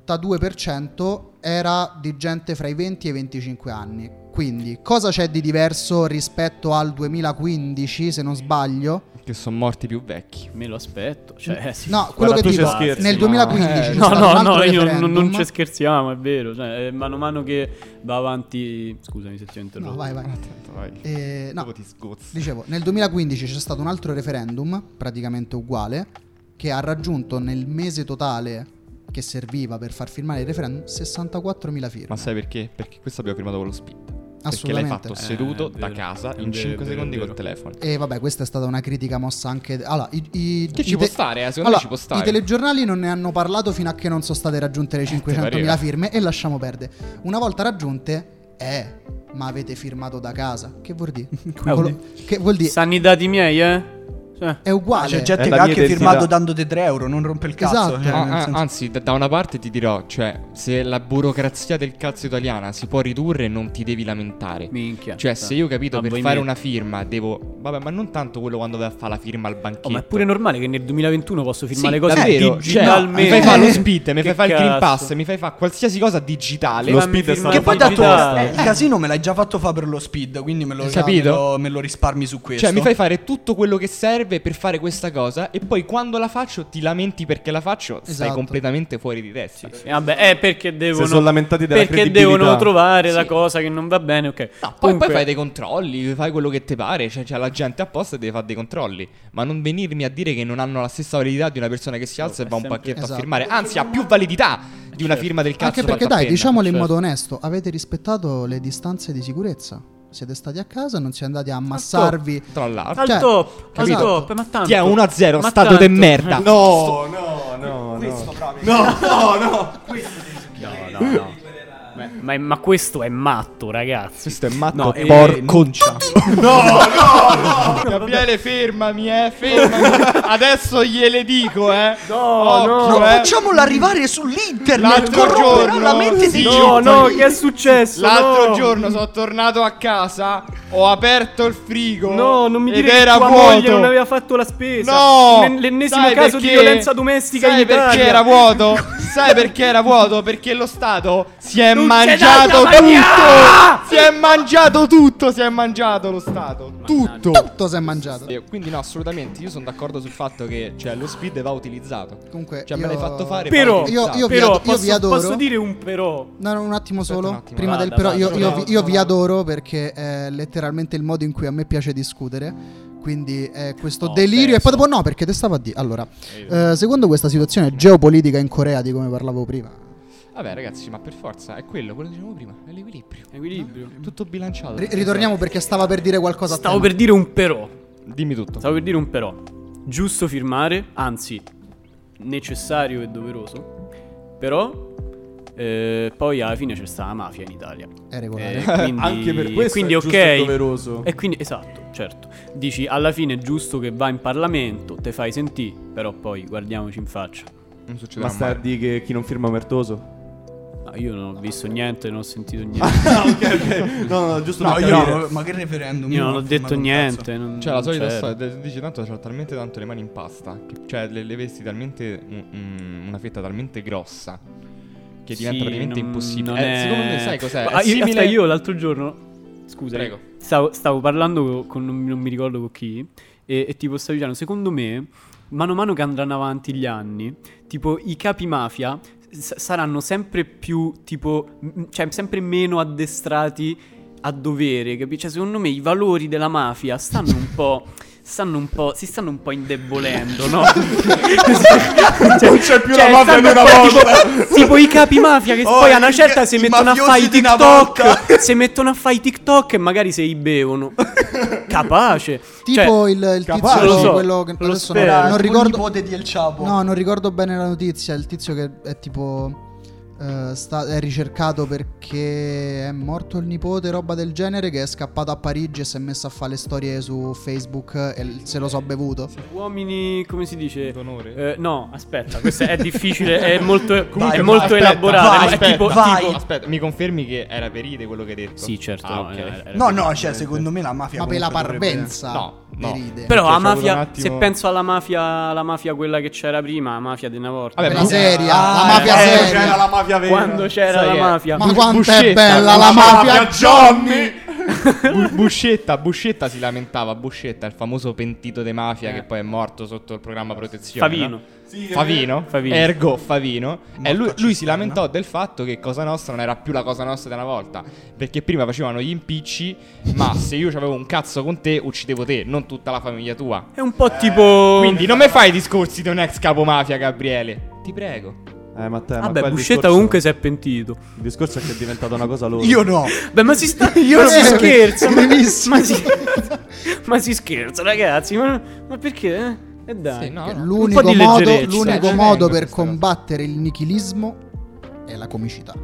A: 62% era di gente fra i 20 e i 25 anni. Quindi, cosa c'è di diverso rispetto al 2015, se non sbaglio?
E: Che sono morti più vecchi.
G: Me lo aspetto. Cioè, sì. Eh,
A: No, quello
C: Guarda,
A: che
C: tu
A: dico,
C: ci scherzi,
A: nel
C: ma-
A: 2015 c'è
G: No,
A: stato un
G: no,
A: altro
G: no, io non- non,
A: referendum.
G: ci scherziamo, è vero. Cioè, eh, mano a mano che va avanti. Scusami se ti ho interrotto.
A: No, vai, vai.
E: Ah, Tanto vai.
A: Eh, no,
E: Dopo ti sgozzi.
A: Dicevo, nel 2015 c'è stato un altro referendum, praticamente uguale, che ha raggiunto nel mese totale che serviva per far firmare il referendum 64.000 firme.
E: Ma sai perché? Perché questo abbiamo firmato con lo split. Perché l'hai
A: Assolutamente.
E: fatto seduto
G: Eh, è
E: da
G: vero.
E: casa
G: È
E: in
G: vero,
E: 5
G: è vero,
E: secondi
G: è
E: col
G: vero.
E: telefono.
A: E vabbè, questa è stata una critica mossa anche. Allora, i, i-
E: Che ci
A: i
E: può stare, eh? Secondo
A: allora,
E: me ci può stare. Eh,
A: I telegiornali non ne hanno parlato fino a che non sono state raggiunte le 500.000
E: pareva.
A: firme e lasciamo perdere. Una volta raggiunte, eh, ma avete firmato da casa. Che vuol dire? Quello- che vuol dire?
G: Sanno i dati miei, eh? Cioè,
A: È uguale.
B: C'è gente
C: È
B: che
C: la
B: ha
C: mia
B: anche
C: identità.
B: firmato dandote 3 euro, non rompe il cazzo.
A: Esatto.
B: cioè,
E: Ah,
B: nel
E: ah,
B: senso-
E: anzi, da, da una parte ti dirò, cioè, se la burocrazia del cazzo italiana si può ridurre, non ti devi lamentare.
G: minchia.
E: Cioè, se io ho capito
G: Ma
E: per
G: Ah, voi
E: fare
G: mi-
E: una firma devo. Vabbè, ma non tanto quello quando vai a fare la firma al banchetto.
G: Oh, ma è pure normale che nel 2021 posso
E: Sì,
G: firmare cose
E: davvero, cioè,
G: digitalmente.
E: mi fai fare lo spit, mi
G: Che
E: fai fare il green
G: cazzo.
E: pass, mi fai fare qualsiasi cosa digitale. Cioè,
C: Lo
G: Fammi
C: speed è
G: firmare
C: stato
B: Che poi
C: fatto
B: tanto
G: digitale.
B: il
C: eh.
B: casino me l'hai già fatto fa per lo speed, quindi me lo,
E: Capito?
B: me lo- me lo risparmi su questo. Eh,
E: Cioè, mi fai fare tutto quello che serve per fare questa cosa. E poi quando la faccio, ti lamenti perché la faccio. Stai
A: Esatto.
E: completamente fuori di testa.
G: Eh, vabbè, eh, perché devono.
C: sono lamentati della
G: Perché
C: credibilità.
G: devono trovare la
E: Sì.
G: cosa che non va bene, ok.
E: No, poi,
G: Comunque-
E: poi fai dei controlli, fai quello che ti pare, cioè c'è la gente apposta e deve fare dei controlli, ma non venirmi a dire che non hanno la stessa validità di una persona che si alza e
G: è
E: va a un
G: sempre- Certo.
E: pacchetto a
A: Esatto.
E: firmare, anzi ha più validità di una firma del cazzo
A: Anche perché
E: fatta a
A: dai,
E: penna.
A: diciamolo in
E: Cioè,
A: modo onesto, avete rispettato le distanze di sicurezza. Siete stati a casa, non siete andati a ammassarvi.
E: Tra l'altro.
G: Al
A: Cioè,
G: top, al
A: capito?
G: top, ma tanto.
E: Ti esatto. è 1-0,
G: ma
E: stato de
G: tanto.
E: merda.
C: No, no, no, no.
G: Eh, Ma, ma questo è matto, ragazzi.
E: Questo è matto
G: No, eh,
E: porconcia. No, no, no. Gabriele, fermami, eh, fermami. Adesso gliele dico, eh. No,
G: no.
B: No, facciamolo arrivare sull'internet,
E: L'altro
B: corromperà
E: giorno-
B: la mente
E: sì.
B: di
E: No,
B: gente.
G: no, che è successo?
E: L'altro
G: No.
E: giorno sono tornato a casa, ho aperto il frigo.
G: No, non mi
E: ed
G: dire
E: era
G: che tua
E: vuoto.
G: moglie non aveva fatto la spesa.
E: No!
G: L'en- l'ennesimo
E: Sai
G: caso di
E: perché?
G: violenza domestica
E: Sai
G: in Italia.
E: perché era vuoto? Sai perché era vuoto? Perché lo Stato si è
G: data
E: mangiato
G: magia!
E: tutto! Si è mangiato tutto, si è mangiato lo Stato. Tutto.
A: Tutto si è mangiato.
E: Eh, Quindi no, assolutamente, io sono d'accordo sul fatto che cioè, lo speed va utilizzato.
A: Comunque,
E: Cioè, me l'hai
A: io-
E: fatto fare. va
G: Però,
E: utilizzato.
A: Io vi
G: però,
A: ad- io
G: posso,
A: vi adoro.
G: posso dire un però.
A: No, no, un attimo
E: Aspetta
A: solo.
E: un attimo.
A: Prima
G: Vada,
A: del però,
G: vada,
A: io, io
G: vada.
A: vi- io vi adoro perché è letteralmente il modo in cui a me piace discutere. Quindi è questo
G: No,
A: delirio. E
G: penso.
A: poi dopo no, perché te stavo a dire. Allora,
E: Vedi?
A: eh, secondo questa situazione geopolitica in Corea di come parlavo prima,
E: Vabbè, ragazzi, ma per forza è quello, quello che dicevamo prima, è l'equilibrio.
G: Equilibrio.
E: Tutto bilanciato.
A: ri- ritorniamo perché stava per dire qualcosa. a
G: Stavo
A: tema.
G: per dire un però.
E: Dimmi tutto.
G: Stavo per dire un però. Giusto firmare, anzi, necessario e doveroso. Però, eh, poi alla fine c'è stata la mafia in Italia.
A: È regolare.
G: Eh, quindi,
C: Anche per questo
G: quindi,
C: è
G: ok.
C: giusto e doveroso.
G: E quindi, esatto, certo. Dici, alla fine è giusto che va in Parlamento, te fai sentì, però poi guardiamoci in faccia.
E: Non succederà
C: Ma sta a
E: mai.
C: dire che chi non firma è mertoso?
G: No, io non ho visto niente, non ho sentito niente.
C: No, no, giusto
B: No,
C: per
B: io,
C: capire.
B: ma che referendum?
G: Io non
B: ho
G: ho
B: firmato
G: detto
B: un
G: niente. non-
E: Cioè, la
G: non
E: solita
G: c'ero.
E: storia. te- Dici, tanto c'ho talmente tanto le mani in pasta. Che, cioè, le, le vesti talmente. mm, mm, una fetta talmente grossa. Che diventa
G: Sì,
E: veramente
G: non-
E: impossibile.
G: non
E: Eh,
G: è-
E: Secondo me, sai cos'è?
G: Ma
E: è
G: io,
E: simile.
G: aspetta, io l'altro giorno. Scusa,
E: Prego.
G: Stavo, stavo parlando co- con. Non, mi- non mi ricordo con chi. E, e tipo, stavo dicendo, secondo me, mano a mano che andranno avanti gli anni, tipo, i capi mafia s- saranno sempre più, tipo, m- cioè, sempre meno addestrati a dovere, capisci? Cioè, secondo me i valori della mafia stanno un po'. Stanno un po', si stanno un po' indebolendo, no? Cioè, non c'è più la mafia di una volta. Tipo, tipo i capi mafia che poi a una certa si mettono a fare i TikTok. Si mettono a fare i TikTok e magari se li bevono. Capace.
A: Tipo
G: Cioè,
A: il, il tizio,
G: capace. Lo so,
A: quello che
G: lo
A: adesso non,
G: spero.
A: non
B: Non ricordo.
A: ricordo.
B: nipote di El Chapo.
A: No, non ricordo bene la notizia. Il tizio che è tipo. eh, sta- è ricercato perché è morto il nipote, roba del genere. Che è scappato a Parigi e si è messo a fare le storie su Facebook. E l- se lo so bevuto.
G: uomini, come si dice?
E: D'onore?
G: Eh, no, aspetta, questo è difficile, è molto,
E: Comunque,
G: è
E: ma
G: molto
E: aspetta,
G: elaborato.
E: vai,
G: è
E: aspetta,
G: tipo,
E: vai.
G: tipo-
E: Aspetta, mi confermi che era perite quello che hai detto?
G: Sì, certo.
E: Ah,
G: no,
E: ok.
G: era- era-
B: No, no, cioè, secondo me la mafia.
A: Ma per la
B: comunque dovrebbe-
A: parvenza.
E: No, no.
A: Deride.
E: Perché c'è
G: Però la
E: voluto un
G: mafia, se
E: attimo-
G: penso alla mafia, alla mafia quella che c'era prima, la mafia di una volta.
E: Vabbè,
A: Quella
E: ma-
A: seria, la
B: Ah,
A: mafia
G: eh,
A: seria.
C: C'era cioè, la mafia vera.
G: Quando c'era
E: Sai
G: la
E: che-
G: mafia.
A: Ma quanto è
E: Buscetta,
A: bella la mafia, Johnny!
E: Bu- Buscetta, Buscetta si lamentava. Buscetta, il famoso pentito de mafia
G: Eh.
E: che poi è morto sotto il programma protezione.
G: Favino. eh.
E: no? Favino,
G: Favino.
E: ergo Favino. E lui,
B: a
E: lui si
B: Cisterna.
E: lamentò del fatto che Cosa Nostra non era più la Cosa Nostra della volta. Perché prima facevano gli impicci, ma se io avevo un cazzo con te, uccidevo te, non tutta la famiglia tua.
G: È un po' tipo.
E: Quindi non mi fai i discorsi di un ex capo mafia, Gabriele. Ti prego.
C: Eh, Matteo, ma
G: Vabbè,
C: quel
G: Buscetta
C: discorso-
G: comunque si è pentito.
C: Il discorso è che è diventata una cosa loro.
B: Io no.
G: Beh, ma si sta. Io si scherza. Ma, ma si... ma si scherza, ragazzi. Ma, ma perché? eh? E dai.
E: Sì, no,
A: Che
E: no.
A: L'unico
G: di
A: modo,
G: leggerezza, cioè,
A: l'unico
E: eh,
A: modo
E: vengo
A: per
E: questa cosa.
A: combattere il nichilismo è la comicità.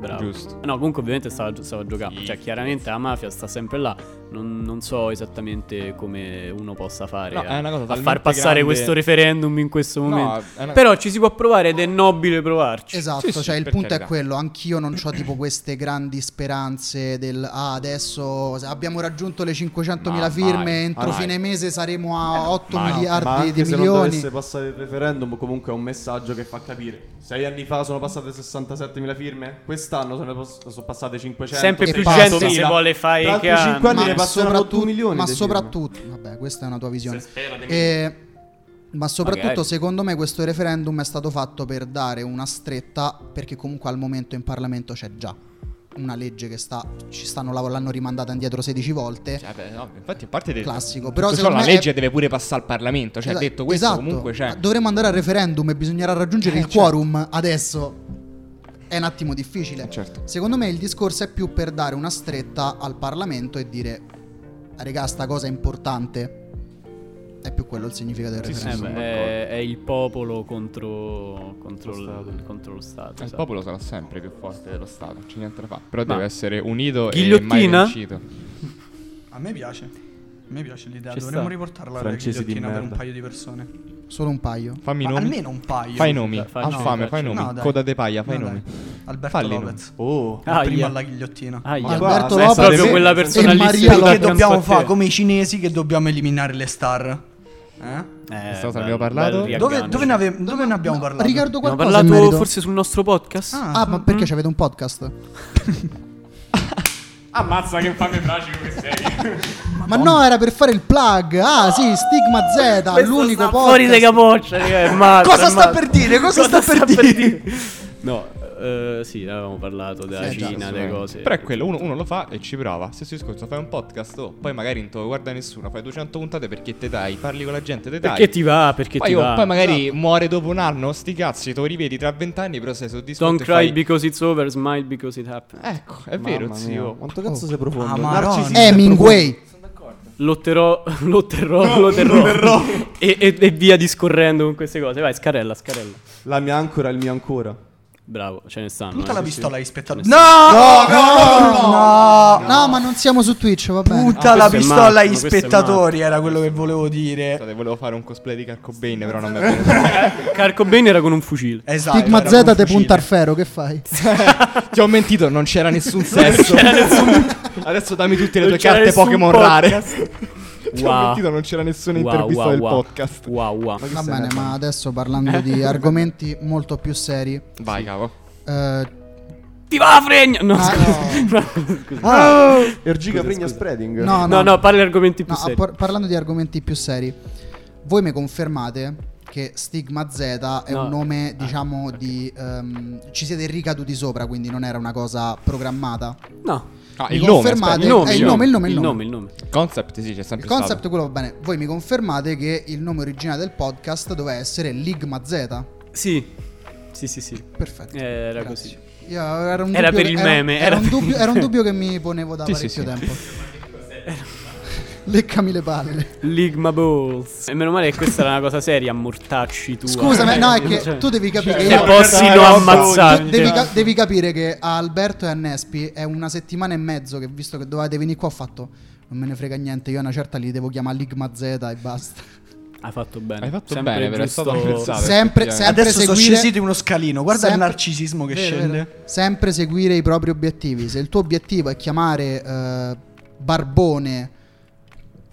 G: Bravo.
E: Giusto.
G: No, comunque, ovviamente stava, gio- stava giocando.
E: Sì.
G: Cioè, chiaramente la mafia sta sempre là. Non, non so esattamente come uno possa fare
E: No,
G: a,
E: è una cosa
G: a
E: talmente
G: far passare
E: grande-
G: questo referendum in questo momento.
E: è una-
G: Però ci si può provare ed è nobile provarci.
A: Esatto,
E: Sì, sì,
A: cioè il
E: per
A: punto è
E: carità.
A: quello, anch'io non ho tipo queste grandi speranze del ah, adesso abbiamo raggiunto le 500.0ila
E: Ma
A: firme,
E: mai,
A: entro
E: mai.
A: fine mese saremo a 8
E: mai.
A: miliardi
C: Ma anche
A: di
C: se non
A: milioni.
C: dovesse passare il referendum, comunque è un messaggio che fa capire. Sei anni fa sono passate 67.000 firme, quest'anno sono, pos- sono passate
E: Cioè,
C: 500.
G: Sempre più
C: 600.000.
G: gente se vuole fare
C: Tra
G: i
C: l'altro
G: cani.
C: cinque anni
G: Ma
C: ne passeranno 2 milioni.
A: ma
C: di
A: soprattutto, vabbè, questa è una tua visione.
F: spera di
A: Eh, ma soprattutto,
G: Magari.
A: secondo me, questo referendum è stato fatto per dare una stretta, perché comunque al momento in Parlamento c'è già una legge che sta, ci stanno lav- l'hanno rimandata indietro 16 volte.
E: Cioè, beh, no, infatti, a parte del
A: Classico,
E: Però
A: però
E: Tutto ciò,
A: secondo
E: la
A: me
E: legge
A: è-
E: deve pure passare al Parlamento. Cioè,
A: Esa-
E: detto questo,
A: esatto.
E: comunque cioè, Eh, certo. c'è.
A: Dovremmo andare al referendum e bisognerà raggiungere il quorum adesso. È un attimo difficile.
E: certo.
A: Secondo me il discorso è più per dare una stretta al Parlamento e dire regà sta cosa è importante. È più quello il significato del
G: Eh,
A: referendum.
G: beh, è, è il popolo contro, contro,
C: Lo
G: lo,
C: Stato.
G: contro lo Stato.
E: Il
G: esatto.
E: popolo sarà sempre più forte dello Stato, non c'è niente da fare. Però
G: Ma-
E: deve essere unito e
G: Ghigliottina?
E: mai vincito.
B: A me piace. A me piace l'idea.
G: Ci
B: Dovremmo
G: sta.
B: riportarla alla
C: Francesi di
B: ghigliottina per un
C: merda.
B: paio di persone.
A: Solo un paio.
E: Fammi i
B: Ma
E: nomi.
B: almeno un paio.
E: Fai i nomi.
G: Fa- fa-
E: ha
G: no,
E: fame, fai i
G: faccio-
E: nomi.
B: No, dai.
E: Coda de paia, fai i
B: No, dai.
E: nomi.
B: Alberto
E: Falli i nomi.
B: Lopez.
C: Oh.
G: Ah,
B: prima
G: yeah.
B: alla ghigliottina.
G: Ah,
C: Ma
G: yeah.
C: guarda,
A: Alberto
C: sei
A: Lopez
C: proprio
A: e-
G: quella
A: e
G: persona lì
A: Maria
G: seduta
A: Lo-
B: Perché
G: accanto a
B: dobbiamo
G: te.
B: fare come i cinesi che dobbiamo eliminare le star? Eh?
G: Eh,
E: Questa cosa
G: bel-
E: abbiamo parlato?
G: bel
B: Dove,
G: riaggancio.
B: dove ne, ave- dove ne abbiamo parlato?
A: Riccardo
G: Abbiamo
A: qualcosa in
G: parlato
A: merito?
G: forse Mm. sul nostro podcast?
B: Ah.
A: Ah, ma perché c'avete un podcast?
D: Ammazza che fame placido che sei.
A: Ma no, era per fare il plug. Ah, sì, Stigma Z,
G: Questo
A: Ah, l'unico
G: sta
A: podcast.
G: Eh, Fuori dai capoccia, raga, è matto,
B: Cosa
G: è
B: sta
G: matto.
B: per dire? Cosa sta per dire?
G: No, eh, eh, sì, avevamo parlato della
A: Sì, già,
G: Cina, delle
E: Assolutamente.
G: Eh, cose.
E: Però è quello, uno, uno lo fa e ci prova. Stesso discorso, fai un podcast, oh, poi magari non te lo guarda nessuno, fai 200 puntate perché te dai, parli con la gente, te dai.
G: Perché ti va? Perché
E: poi,
G: ti
E: oh,
G: va? Esatto.
E: poi magari muore dopo un anno, sti cazzi, te lo rivedi tra vent'anni, però sei soddisfatto.
G: Don't
E: e
G: cry
E: fai-
G: because it's over, smile because it happened.
E: Ecco, è vero, zio.
C: Quanto cazzo
A: Oh.
C: sei profondo?
B: Amarone.
C: Narcisista e
A: Hemingway.
G: Lotterò, lotterò, lotterò. e, e- e via discorrendo con queste cose. Vai, scarella, scarella.
C: profondo. La mia ancora, il mio ancora.
G: Bravo, ce ne stanno.
B: Tutta
G: eh,
B: la
G: sì,
B: pistola hai spettato.
G: sì.
B: No, no, no,
A: No, ma non siamo su Twitch, va bene.
B: Tutta
G: Ah,
B: la
G: questo è
B: pistola
G: matto,
B: agli
G: questo è
B: spettatori era quello che volevo dire.
E: Scusate, volevo fare un cosplay di Carcobain, però non mi è venuto.
G: sì. Carco Bane era con un fucile.
B: Esatto.
A: Stigma
B: era un
A: Z te
B: fucile.
A: punta al ferro, che fai?
E: Ti ho mentito, non c'era nessun sesso. Adesso dammi tutte le
G: Non
E: tue
G: c'era
E: carte
G: nessun
E: Pokémon rare.
G: podcast.
E: Ti ho
G: Wow.
E: mentito, non c'era nessuna
G: Wow,
E: intervista
G: wow,
E: del
G: wow.
E: podcast.
G: Wow, wow.
A: Va bene, ma adesso parlando di argomenti molto più seri.
E: Vai, cavo.
A: eh,
G: Ti va la fregna! No,
A: Ah,
G: scusa. Scusa.
C: Ah, Ergiga Pregna Spreading.
A: no,
G: No,
A: Ah, no,
G: no, parli di argomenti più
A: No,
G: seri.
A: par- parlando di argomenti più seri, voi mi confermate che Stigma Z è
G: No.
A: un nome, diciamo, di... ehm, ci siete ricaduti sopra, quindi non era una cosa programmata.
G: No,
E: Ah,
A: Mi
E: il nome,
A: confermate?
E: aspetta.
A: Eh,
G: nome,
A: il
G: sì.
A: nome, il nome, il
G: il
A: nome.
G: nome, il nome.
E: Concept, sì, c'è sempre
A: Il concept è quello, va bene. Voi mi confermate che il nome originale del podcast doveva essere Ligma Z.
G: Sì, sì, sì, sì.
A: Perfetto.
G: Eh, era
A: Grazie.
G: così.
A: Io- era un
G: Era
A: dubbio
G: per
A: che-
G: il
A: era-
G: meme,
A: Era,
G: era
A: un
G: per-
A: dubbio, era un dubbio che mi ponevo da
E: Sì, sì,
A: parecchio
E: sì.
A: tempo. Leccami le palle.
G: Ligma Balls. E meno male che questa era una cosa seria, mortacci tu.
A: Scusami, no, è
G: Cioè,
A: che tu devi capire che
G: Se
A: io-
G: possino
A: Tu
G: ammazzarti.
A: devi, ca-
C: cioè,
A: devi capire che a Alberto e a Nespi è una settimana e mezzo che visto che dovevate venire qua ho fatto non me ne frega niente, io a una certa li devo chiamare Ligma Z e basta.
G: Hai fatto bene.
E: Hai fatto
G: Sempre
E: bene, però è stato
G: giusto-
E: apprezzato.
A: sempre, sempre
B: Adesso sono
A: seguire-
B: scesi di uno scalino. Guarda
A: sempre-
B: il narcisismo che
A: vero,
B: scende.
A: vero. Sempre seguire i propri obiettivi. Se il tuo obiettivo è chiamare eh, Barbone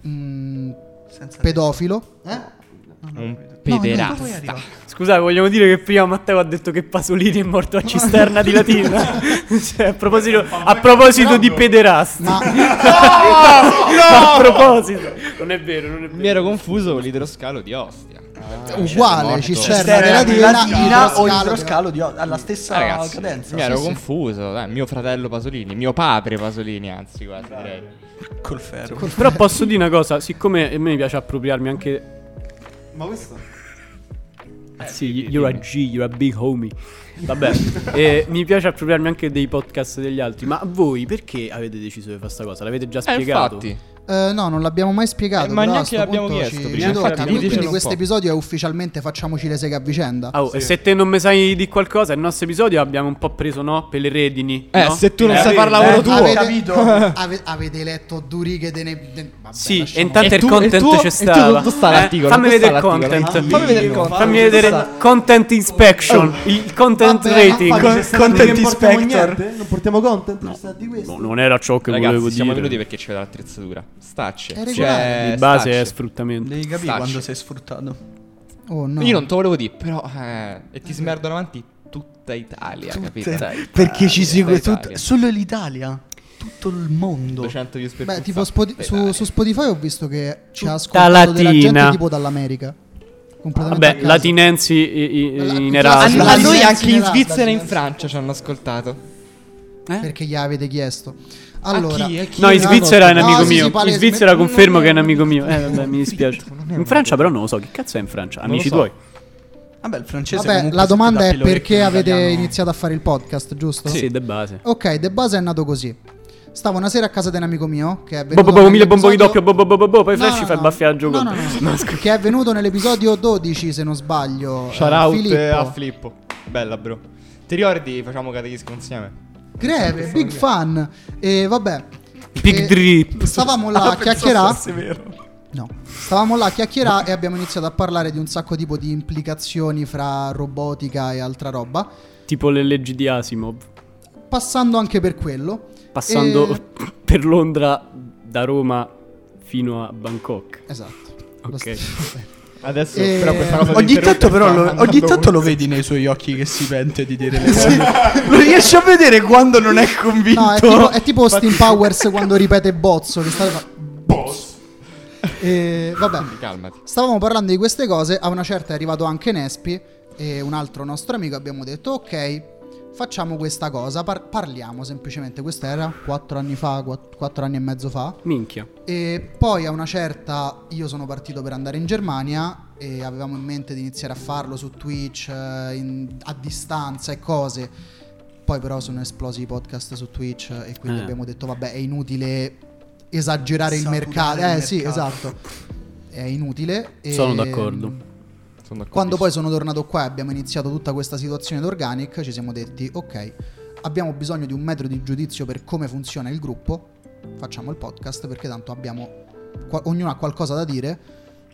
A: mm,
B: Senza Eh?
A: pedofilo, eh?
E: Un
A: No, no,
E: pederasta.
A: poi
B: arriva.
G: Scusate, vogliamo dire che prima Matteo ha detto che Pasolini è morto a cisterna di Latina. Cioè, a proposito, a proposito di pederasti.
A: Ma
G: A proposito, non è vero, non è
E: Mi
G: vero.
E: ero confuso con l'idroscalo di Ostia.
B: Cioè,
A: uguale,
E: morto.
A: cisterna
B: Terra
A: della
B: di
A: Dina,
B: Cioè, Latina o
A: idroscalo,
B: idroscalo di alla stessa
E: Ah, ragazzi,
B: cadenza.
E: mi ero
B: Sì, sì.
E: confuso. Dai, mio fratello Pasolini, mio padre Pasolini, anzi, quasi direi.
B: col ferro.
G: Però posso dire una cosa, siccome a me piace appropriarmi anche...
C: Ma questo?
G: Ah,
E: Eh,
G: sì, you're a G, you're a big homie. Vabbè, eh, mi piace appropriarmi anche dei podcast degli altri, ma voi perché avete deciso di fare sta cosa? L'avete già
E: Eh,
G: spiegato?
E: infatti,
A: Eh, no, non l'abbiamo mai spiegato.
E: Eh, ma
A: però
E: neanche
A: a sto
E: l'abbiamo
A: punto
E: chiesto,
A: Ci,
E: prima.
A: ci tocca.
E: Infatti,
A: Quindi,
E: ditecelo un
A: questo
E: po'.
A: episodio è ufficialmente facciamoci le seghe a vicenda.
G: Ah, oh, e se te non mi sai di qualcosa, il nostro episodio abbiamo un po' preso, no? Per le redini.
E: eh,
G: no?
E: se tu non
B: Eh,
E: sai far
B: eh,
E: lavoro
B: eh,
E: tuo,
A: avete,
B: ho capito.
A: ave- avete letto due righe de ne- de- vabbè,
E: Eh,
G: Sì, e
A: lasciamo-
G: intanto
E: E
G: il
E: tu- e
G: content
E: tu- e
G: c'è
E: tu
G: stava.
E: dove sta
G: Eh,
E: l'articolo?
G: fammi
E: Dove sta
G: vedere il
E: l'articolo?
G: content.
E: Ah, fammi vedere il content.
G: Fammi vedere il content inspection, il content rating.
C: Cioè,
B: Con- content inspector.
C: Non portiamo content? ci sta di questo.
G: non era ciò che
E: ragazzi, siamo venuti perché c'è l'attrezzatura. Stacce.
A: È regolare.
E: Cioè,
G: Di base
E: stacce.
G: è sfruttamento.
B: Devi capire
E: Stacci.
B: quando sei sfruttato.
A: Oh, no.
E: Io non te lo volevo dire, però. eh, e ti smerdo davanti tutta Italia, capito? Cioè,
B: Perché ci segue
E: Tutta
B: tutto,
E: Italia.
B: solo l'Italia, tutto il mondo.
E: 200 views per
A: Beh, tipo
E: puzzata.
A: Spoti- su, su Spotify ho visto che ci ha
G: Tutta
A: ascoltato della gente
G: latina.
A: tipo dall'America. Completamente a
G: Vabbè,
A: caso.
G: latinensi i- i-
A: La-
G: in
A: la-
E: A,
A: Sì,
G: Erasmus.
E: a noi
A: sì,
E: anche
A: sì,
E: in
A: sì,
E: Svizzera e
A: sì,
E: in
A: sì.
E: Francia ci hanno ascoltato.
A: Perché gli avete chiesto. Allora,
E: chi? A chi?
G: Eh? No, in
E: No,
G: Svizzera è un
A: no,
G: amico
A: sì, sì,
G: mio. In
A: palese-
G: Svizzera
A: non-
G: confermo
A: non-
G: che è un amico mio. Eh, vabbè, mi dispiace. In Francia però non lo so, che cazzo è in Francia?
E: lo
G: Amici
E: so.
G: tuoi.
B: Vabbè, il francese
A: Vabbè,
B: comunque
A: la
B: se ti
A: domanda
B: dà
A: è
B: peloretto
A: perché
B: in
A: avete
B: italiano-
A: iniziato a fare il podcast, giusto?
G: Sì, de base.
A: Ok, The Base è nato così. Stavo una sera a casa di un amico mio che è
G: Bo,
A: venuto
G: bo, bo, mille
A: nell'episodio-
G: bomboni d'occhio, bo, bo, bo, bo, bo, poi
A: No,
G: Flash ci
A: no,
G: fa il
A: no.
G: baffiaggio
A: No,
G: con...
A: no, no. che è venuto nell'episodio 12, se non sbaglio.
E: Shout
A: eh,
E: out
A: Filippo.
E: a Filippo. Bella, bro. Ti ricordi? Facciamo catechismo insieme.
A: Greve, big fan. E vabbè.
G: Big
A: E
G: drip. Ah,
A: Stavamo là a chiacchierare. No. Stavamo là a chiacchierare e abbiamo iniziato a parlare di un sacco tipo di implicazioni fra robotica e altra roba.
G: Tipo le leggi di Asimov.
A: Passando anche per quello.
G: Passando
A: E-
G: per Londra da Roma fino a Bangkok.
A: Esatto. Lo stesso.
G: Ok.
E: Adesso,
A: Eh,
E: però, questa cosa
B: Ogni
E: di
B: tanto però
E: interrompere
B: lo,
E: sta
B: ogni
E: andando
B: tanto lo vedi nei suoi occhi che si pente di dire le cose. Lo riesci a vedere quando non è convinto.
A: No, è tipo, è tipo Steam Powers quando ripete Bozzo. Che sta... Bozzo. E vabbè.
E: oltre. Calmati.
A: Stavamo parlando di queste cose, a una certa è arrivato anche Nespi e un altro nostro amico abbiamo detto ok, Facciamo questa cosa, par- parliamo semplicemente. Questa era quattro anni fa, quatt- quattro anni e mezzo fa.
G: Minchia.
A: E poi a una certa io sono partito per andare in Germania e avevamo in mente di iniziare a farlo su Twitch, eh, in- a distanza e cose. Poi però sono esplosi i podcast su Twitch eh, e quindi
G: Eh.
A: abbiamo detto vabbè è inutile esagerare il
B: Saturare
A: mercato.
B: il
A: Eh sì,
B: mercato.
A: esatto. È inutile. e-
G: Sono d'accordo.
E: Sono d'accordo.
A: Quando poi sono tornato qua e abbiamo iniziato tutta questa situazione d'organic, ci siamo detti ok, abbiamo bisogno di un metro di giudizio per come funziona il gruppo, facciamo il podcast perché tanto abbiamo qua- ognuno ha qualcosa da dire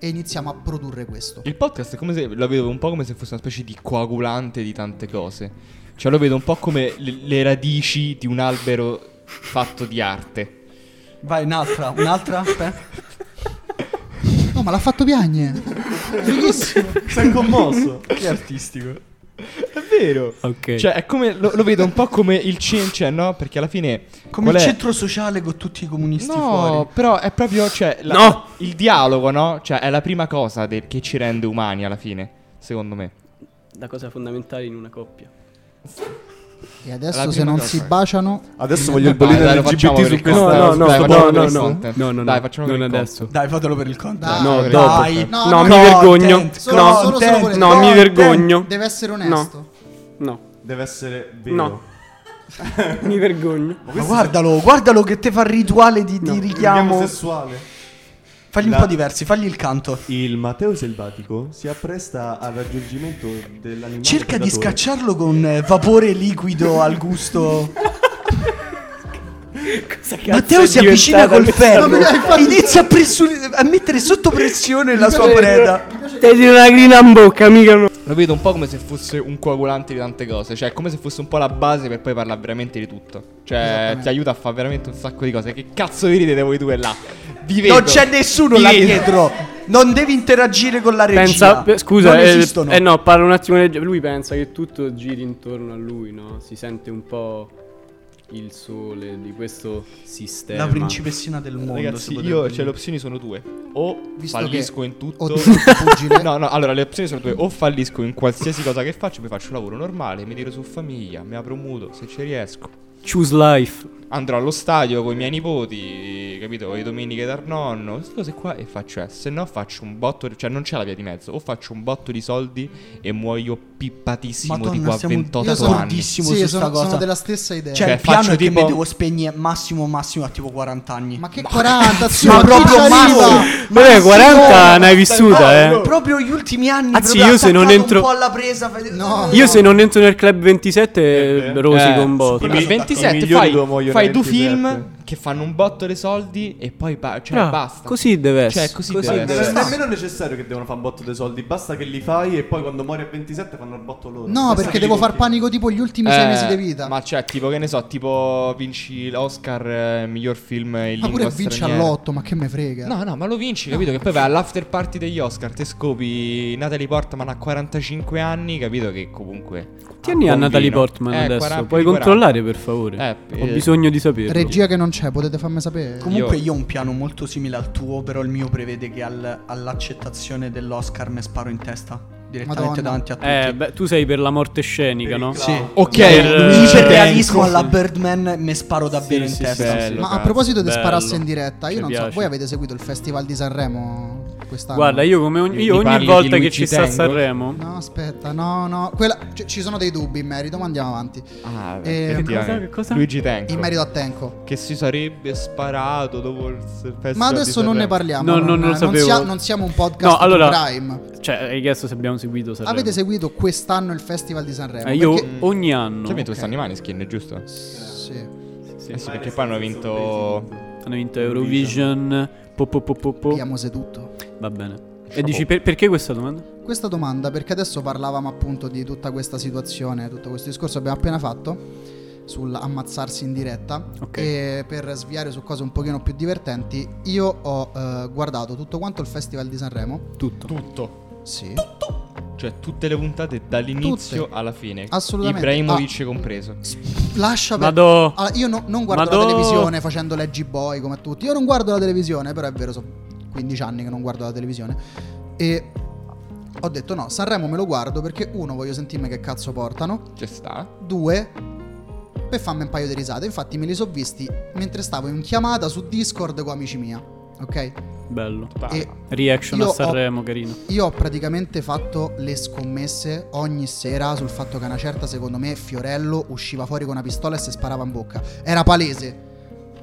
A: e iniziamo a produrre questo.
E: Il podcast è come se, lo vedo un po' come se fosse una specie di coagulante di tante cose. Cioè lo vedo un po' come le, le radici di un albero fatto di arte.
B: Vai, un'altra, un'altra. aspetta.
A: No, Oh, ma l'ha fatto piagne. Fighissimo.
C: Sei commosso.
E: Che artistico. È vero.
G: Ok.
E: Cioè è come, lo, lo vedo un po' come il cin, cioè no? Perché alla fine...
B: Come
E: qual
B: il
E: è-
B: centro sociale con tutti i comunisti
E: No,
B: fuori.
E: però è proprio, cioè... la-
G: No!
E: Il dialogo, no? Cioè è la prima cosa del- che ci rende umani alla fine, secondo me.
D: La cosa fondamentale in una coppia.
A: E
E: La
A: adesso
E: prima
A: se non
E: cosa.
A: si baciano
C: Adesso voglio il
E: Dai,
C: bollino
E: dai, lo
C: LGBT su
E: facciamo per il
C: questo.
E: content.
G: No, no, no,
E: Dai,
G: no,
E: facciamo per
G: no,
E: il content.
G: no. No, no, no.
E: Dai, facciamo per
G: Non
E: il content.
G: adesso.
B: Dai, fatelo per il conto.
A: Dai.
G: No,
E: Dai,
G: dopo.
B: dai.
A: No,
D: Esatto. No,
A: no,
D: mi
A: no,
D: vergogno.
B: attento,
A: solo-
D: no,
A: solo- solo quello.
D: no, mi
A: Content.
D: vergogno.
A: deve essere onesto.
D: No,
C: Deve essere vero.
D: no. mi vergogno.
B: Ma guardalo, guardalo che te fa il rituale di, di richiamo.
C: Chiamo sessuale.
B: Fagli un
C: La-
B: po' diversi, fagli il canto.
C: Il Matteo selvatico si appresta al raggiungimento dell'animale.
B: Cerca di
C: predatore.
B: scacciarlo con eh, vapore liquido al gusto. Matteo si avvicina col ferro. Inizia a, pressuri- a mettere sotto pressione la sua preda.
D: Te tiro una grina in bocca, mica no.
E: Lo vedo un po' come se fosse un coagulante di tante cose, cioè è come se fosse un po' la base per poi parlare veramente di tutto. Cioè,
A: Esattamente.
E: ti aiuta a fare veramente un sacco di cose. Che cazzo vi ridete voi due là? Vi vedo.
B: Non c'è nessuno
E: Vi
B: là
E: vedo.
B: dietro. Non devi interagire con la regia.
D: Pensa, beh, scusa,
B: non
D: eh,
B: esistono.
D: eh no, parla un attimo. legge- Lui pensa che tutto giri intorno a lui, no? Si sente un po' il sole di questo sistema.
B: La principessina del mondo. si
E: Ragazzi,
B: potrebbe
E: io,
B: dire.
E: cioè, le opzioni sono due. O
A: Visto
E: fallisco
A: che-
E: in tutto.
A: O di fuggire.
E: No, no, allora le opzioni sono due. O fallisco in qualsiasi cosa che faccio, mi faccio un lavoro normale, mi tiro su famiglia, mi apro un muto se ci riesco.
G: Choose life.
E: andrò allo stadio con i miei nipoti, capito? Con le domeniche dal nonno, queste cose qua e faccio eh, se no faccio un botto, cioè non c'è la via di mezzo, o faccio un botto di soldi e muoio pippatissimo
B: Madonna,
E: tipo a
B: siamo- io
E: 28
A: sono
E: anni.
B: dissimo
A: Sì,
B: su sta
A: sono,
B: cosa.
A: sono della stessa idea.
B: Cioè,
E: Cioè,
B: il piano
E: faccio
B: è che
E: tipo-
B: mi devo spegnere massimo massimo a tipo 40 anni.
A: ma che 40, zio,
B: ma
A: chi
B: proprio
A: ci arriva?
B: massimo.
G: Vabbè, 40 ne hai vissuta, eh.
B: Proprio gli ultimi anni.
D: Anzi,
B: proprio
D: io se non
B: attaccato
D: entro-
B: Un po' alla presa. fai-
A: No.
D: Io se non entro nel club 27
C: beh.
D: rosico
E: Eh,
D: un botto.
E: Il
C: Quello-
E: 27
C: I migliori
E: fai,
C: due muoiono
E: fai
C: ai
E: due
C: 27.
E: film che fanno un botto di soldi e poi ba- cioè,
G: Ah,
D: Bravo,
E: basta.
D: Così deve essere.
E: Cioè, così
C: Eh, Non
E: deve
C: è
E: essere.
C: nemmeno necessario che devono fare un botto dei soldi, basta che li fai e poi quando muori a 27 fanno il botto loro.
A: No, perché devo far panico tipo gli ultimi sei
E: Eh,
A: mesi di vita.
E: Ma cioè, tipo, che ne so, tipo vinci l'Oscar eh, miglior film in
A: Ma
E: lingua
A: pure vince
E: straniera.
A: all'otto, ma che me frega.
E: No, no, ma lo vinci, capito? Che poi vai all'after party degli Oscar, te scopi Natalie Portman a 45 anni, capito? Che comunque...
D: Quanti anni ha
E: Bombino.
D: Natalie Portman
E: Eh,
D: adesso?
E: 40,
D: Puoi
E: 40.
D: controllare per favore?
E: Eh,
D: Ho
E: eh.
D: bisogno di sapere.
A: Regia che non c'è, potete farmi sapere.
B: Comunque
E: Io-
B: io... ho un piano molto simile al tuo, però il mio prevede che al- all'accettazione dell'Oscar me sparo in testa direttamente
A: Madonna.
B: davanti a tutti.
G: Eh,
B: Eh,
G: beh, tu sei per la morte scenica, no?
B: sì. eh,
E: Ok,
G: Per-
B: Iperrealismo alla Birdman me sparo davvero
G: Sì,
B: in
G: sì,
B: testa.
G: sì,
E: Bello,
A: Ma a
E: cazzo,
A: proposito di
G: bello.
A: sparasse in diretta, io
G: Ci
A: non so,
G: piace.
A: voi avete seguito il Festival di Sanremo quest'anno?
G: Guarda, io come ogni, io
E: Mi
G: ogni
E: parli di
G: volta che
E: Luigi
G: ci sta
E: Tengo?
G: Sanremo,
A: No, aspetta, no, no. Quella- ci- ci sono dei dubbi in merito, ma andiamo avanti.
E: Ah,
A: Eh,
E: beh, effettivamente.
G: cosa- che cosa?
E: Luigi Tenco.
A: In merito a Tenco.
E: Che si sarebbe sparato dopo il s- festival
A: Ma adesso
E: di
A: non ne
E: Sanremo.
A: parliamo.
G: No, no, non lo sapevo.
A: sia- non siamo un podcast
G: No, allora-
A: di crime.
G: cioè, hai chiesto se abbiamo seguito Sanremo.
A: Avete seguito quest'anno il Festival di Sanremo?
G: Eh, io
A: Perché-
G: ogni anno
E: Ci ha vinto quest'anno i Maneskin, giusto?
A: Sì.
G: Sì,
E: Eh sì, perché poi hanno vinto...
G: hanno vinto Eurovision. Po, po, po, po, po.
A: Abbiamo seduto.
G: Va bene. E dici per- perché questa domanda?
A: Questa domanda, perché adesso parlavamo appunto di tutta questa situazione, tutto questo discorso che abbiamo appena fatto sull'ammazzarsi in diretta
G: Ok.
A: e per sviare su cose un pochino più divertenti io ho eh, guardato tutto quanto il Festival di Sanremo
G: Tutto.
E: Tutto.
A: sì
E: Cioè, tutte le puntate dall'inizio
A: Tutte.
E: alla fine.
A: Assolutamente.
E: Ibrahimovic
A: Ah.
E: compreso.
A: lascia per...
G: Vado.
A: Allora, io no- non guardo
G: Madò.
A: la televisione facendo leggi boy come tutti. Io non guardo la televisione, però è vero, sono 15 anni che non guardo la televisione. E Ho detto no, Sanremo me lo guardo perché uno voglio sentirmi che cazzo portano,
E: Ci sta.
A: due per farmi un paio di risate. Infatti me li so visti mentre stavo in chiamata su Discord con amici mia, ok?
G: Bello.
A: E
G: Reaction
A: io
G: a
A: ho-
G: Sanremo, carino.
A: Io ho praticamente fatto le scommesse ogni sera sul fatto che a una certa, secondo me, Fiorello usciva fuori con una pistola e si sparava in bocca. Era palese.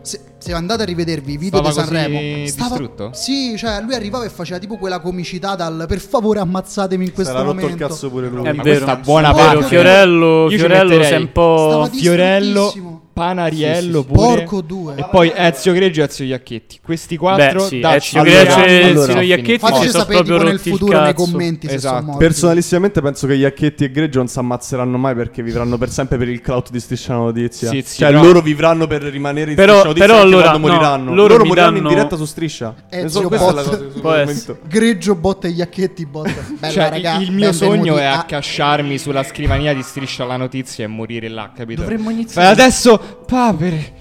A: Se, se andate a rivedervi i video
E: Stava
A: di
E: così
A: Sanremo,
E: distrutto?
A: Sì, cioè lui arrivava e faceva tipo quella comicità dal per favore ammazzatemi in questo
C: Sarà rotto
A: momento.
C: il cazzo pure lui.
G: È
E: Ma
G: vero.
E: questa buona
A: Sì,
G: Vero,
E: parte.
G: Fiorello,
E: Io ci
G: Fiorello
E: metterei
G: sei un po'...
A: Stava
E: Fiorello,
A: distruttissimo.
E: Panariello
A: Sì, sì, sì.
E: pure.
A: Porco due.
E: E poi Ezio Greggio e Ezio Iacchetti. Questi quattro
G: Beh, sì,
E: dacci
G: Ezio
E: un
G: Greggio
E: grande-
G: e
E: Allora,
G: Sino Iacchetti
E: finito.
A: Fateci
G: sono
A: sapere
G: proprio
A: tipo nel
G: rotti il
A: futuro nei
G: cazzo.
A: commenti se
E: Esatto.
A: sono morti.
C: Personalissimamente penso che Iacchetti e Greggio non si ammazzeranno mai perché vivranno per sempre per il clout di Striscia la Notizia.
E: Sì, sì,
C: cioè
E: però-
C: loro vivranno per rimanere in
G: Però-
C: Striscia la Notizia
G: però
C: anche
G: allora,
C: quando
G: no,
C: moriranno.
G: loro mi
C: moriranno
G: danno-
C: in diretta su Striscia.
A: Eh,
C: Ne
A: zio
C: so, questa è la
A: Bot.
C: cosa che sono
G: Può essere.
C: convinto.
A: Greggio botte Iacchetti bot. Bella
E: Cioè,
A: raga.
E: il mio
A: benvenuti
E: sogno è
A: a-
E: accasciarmi sulla scrivania di Striscia la Notizia e morire là, capito?
A: Dovremmo
E: Fai
A: iniziare.
E: adesso, papere.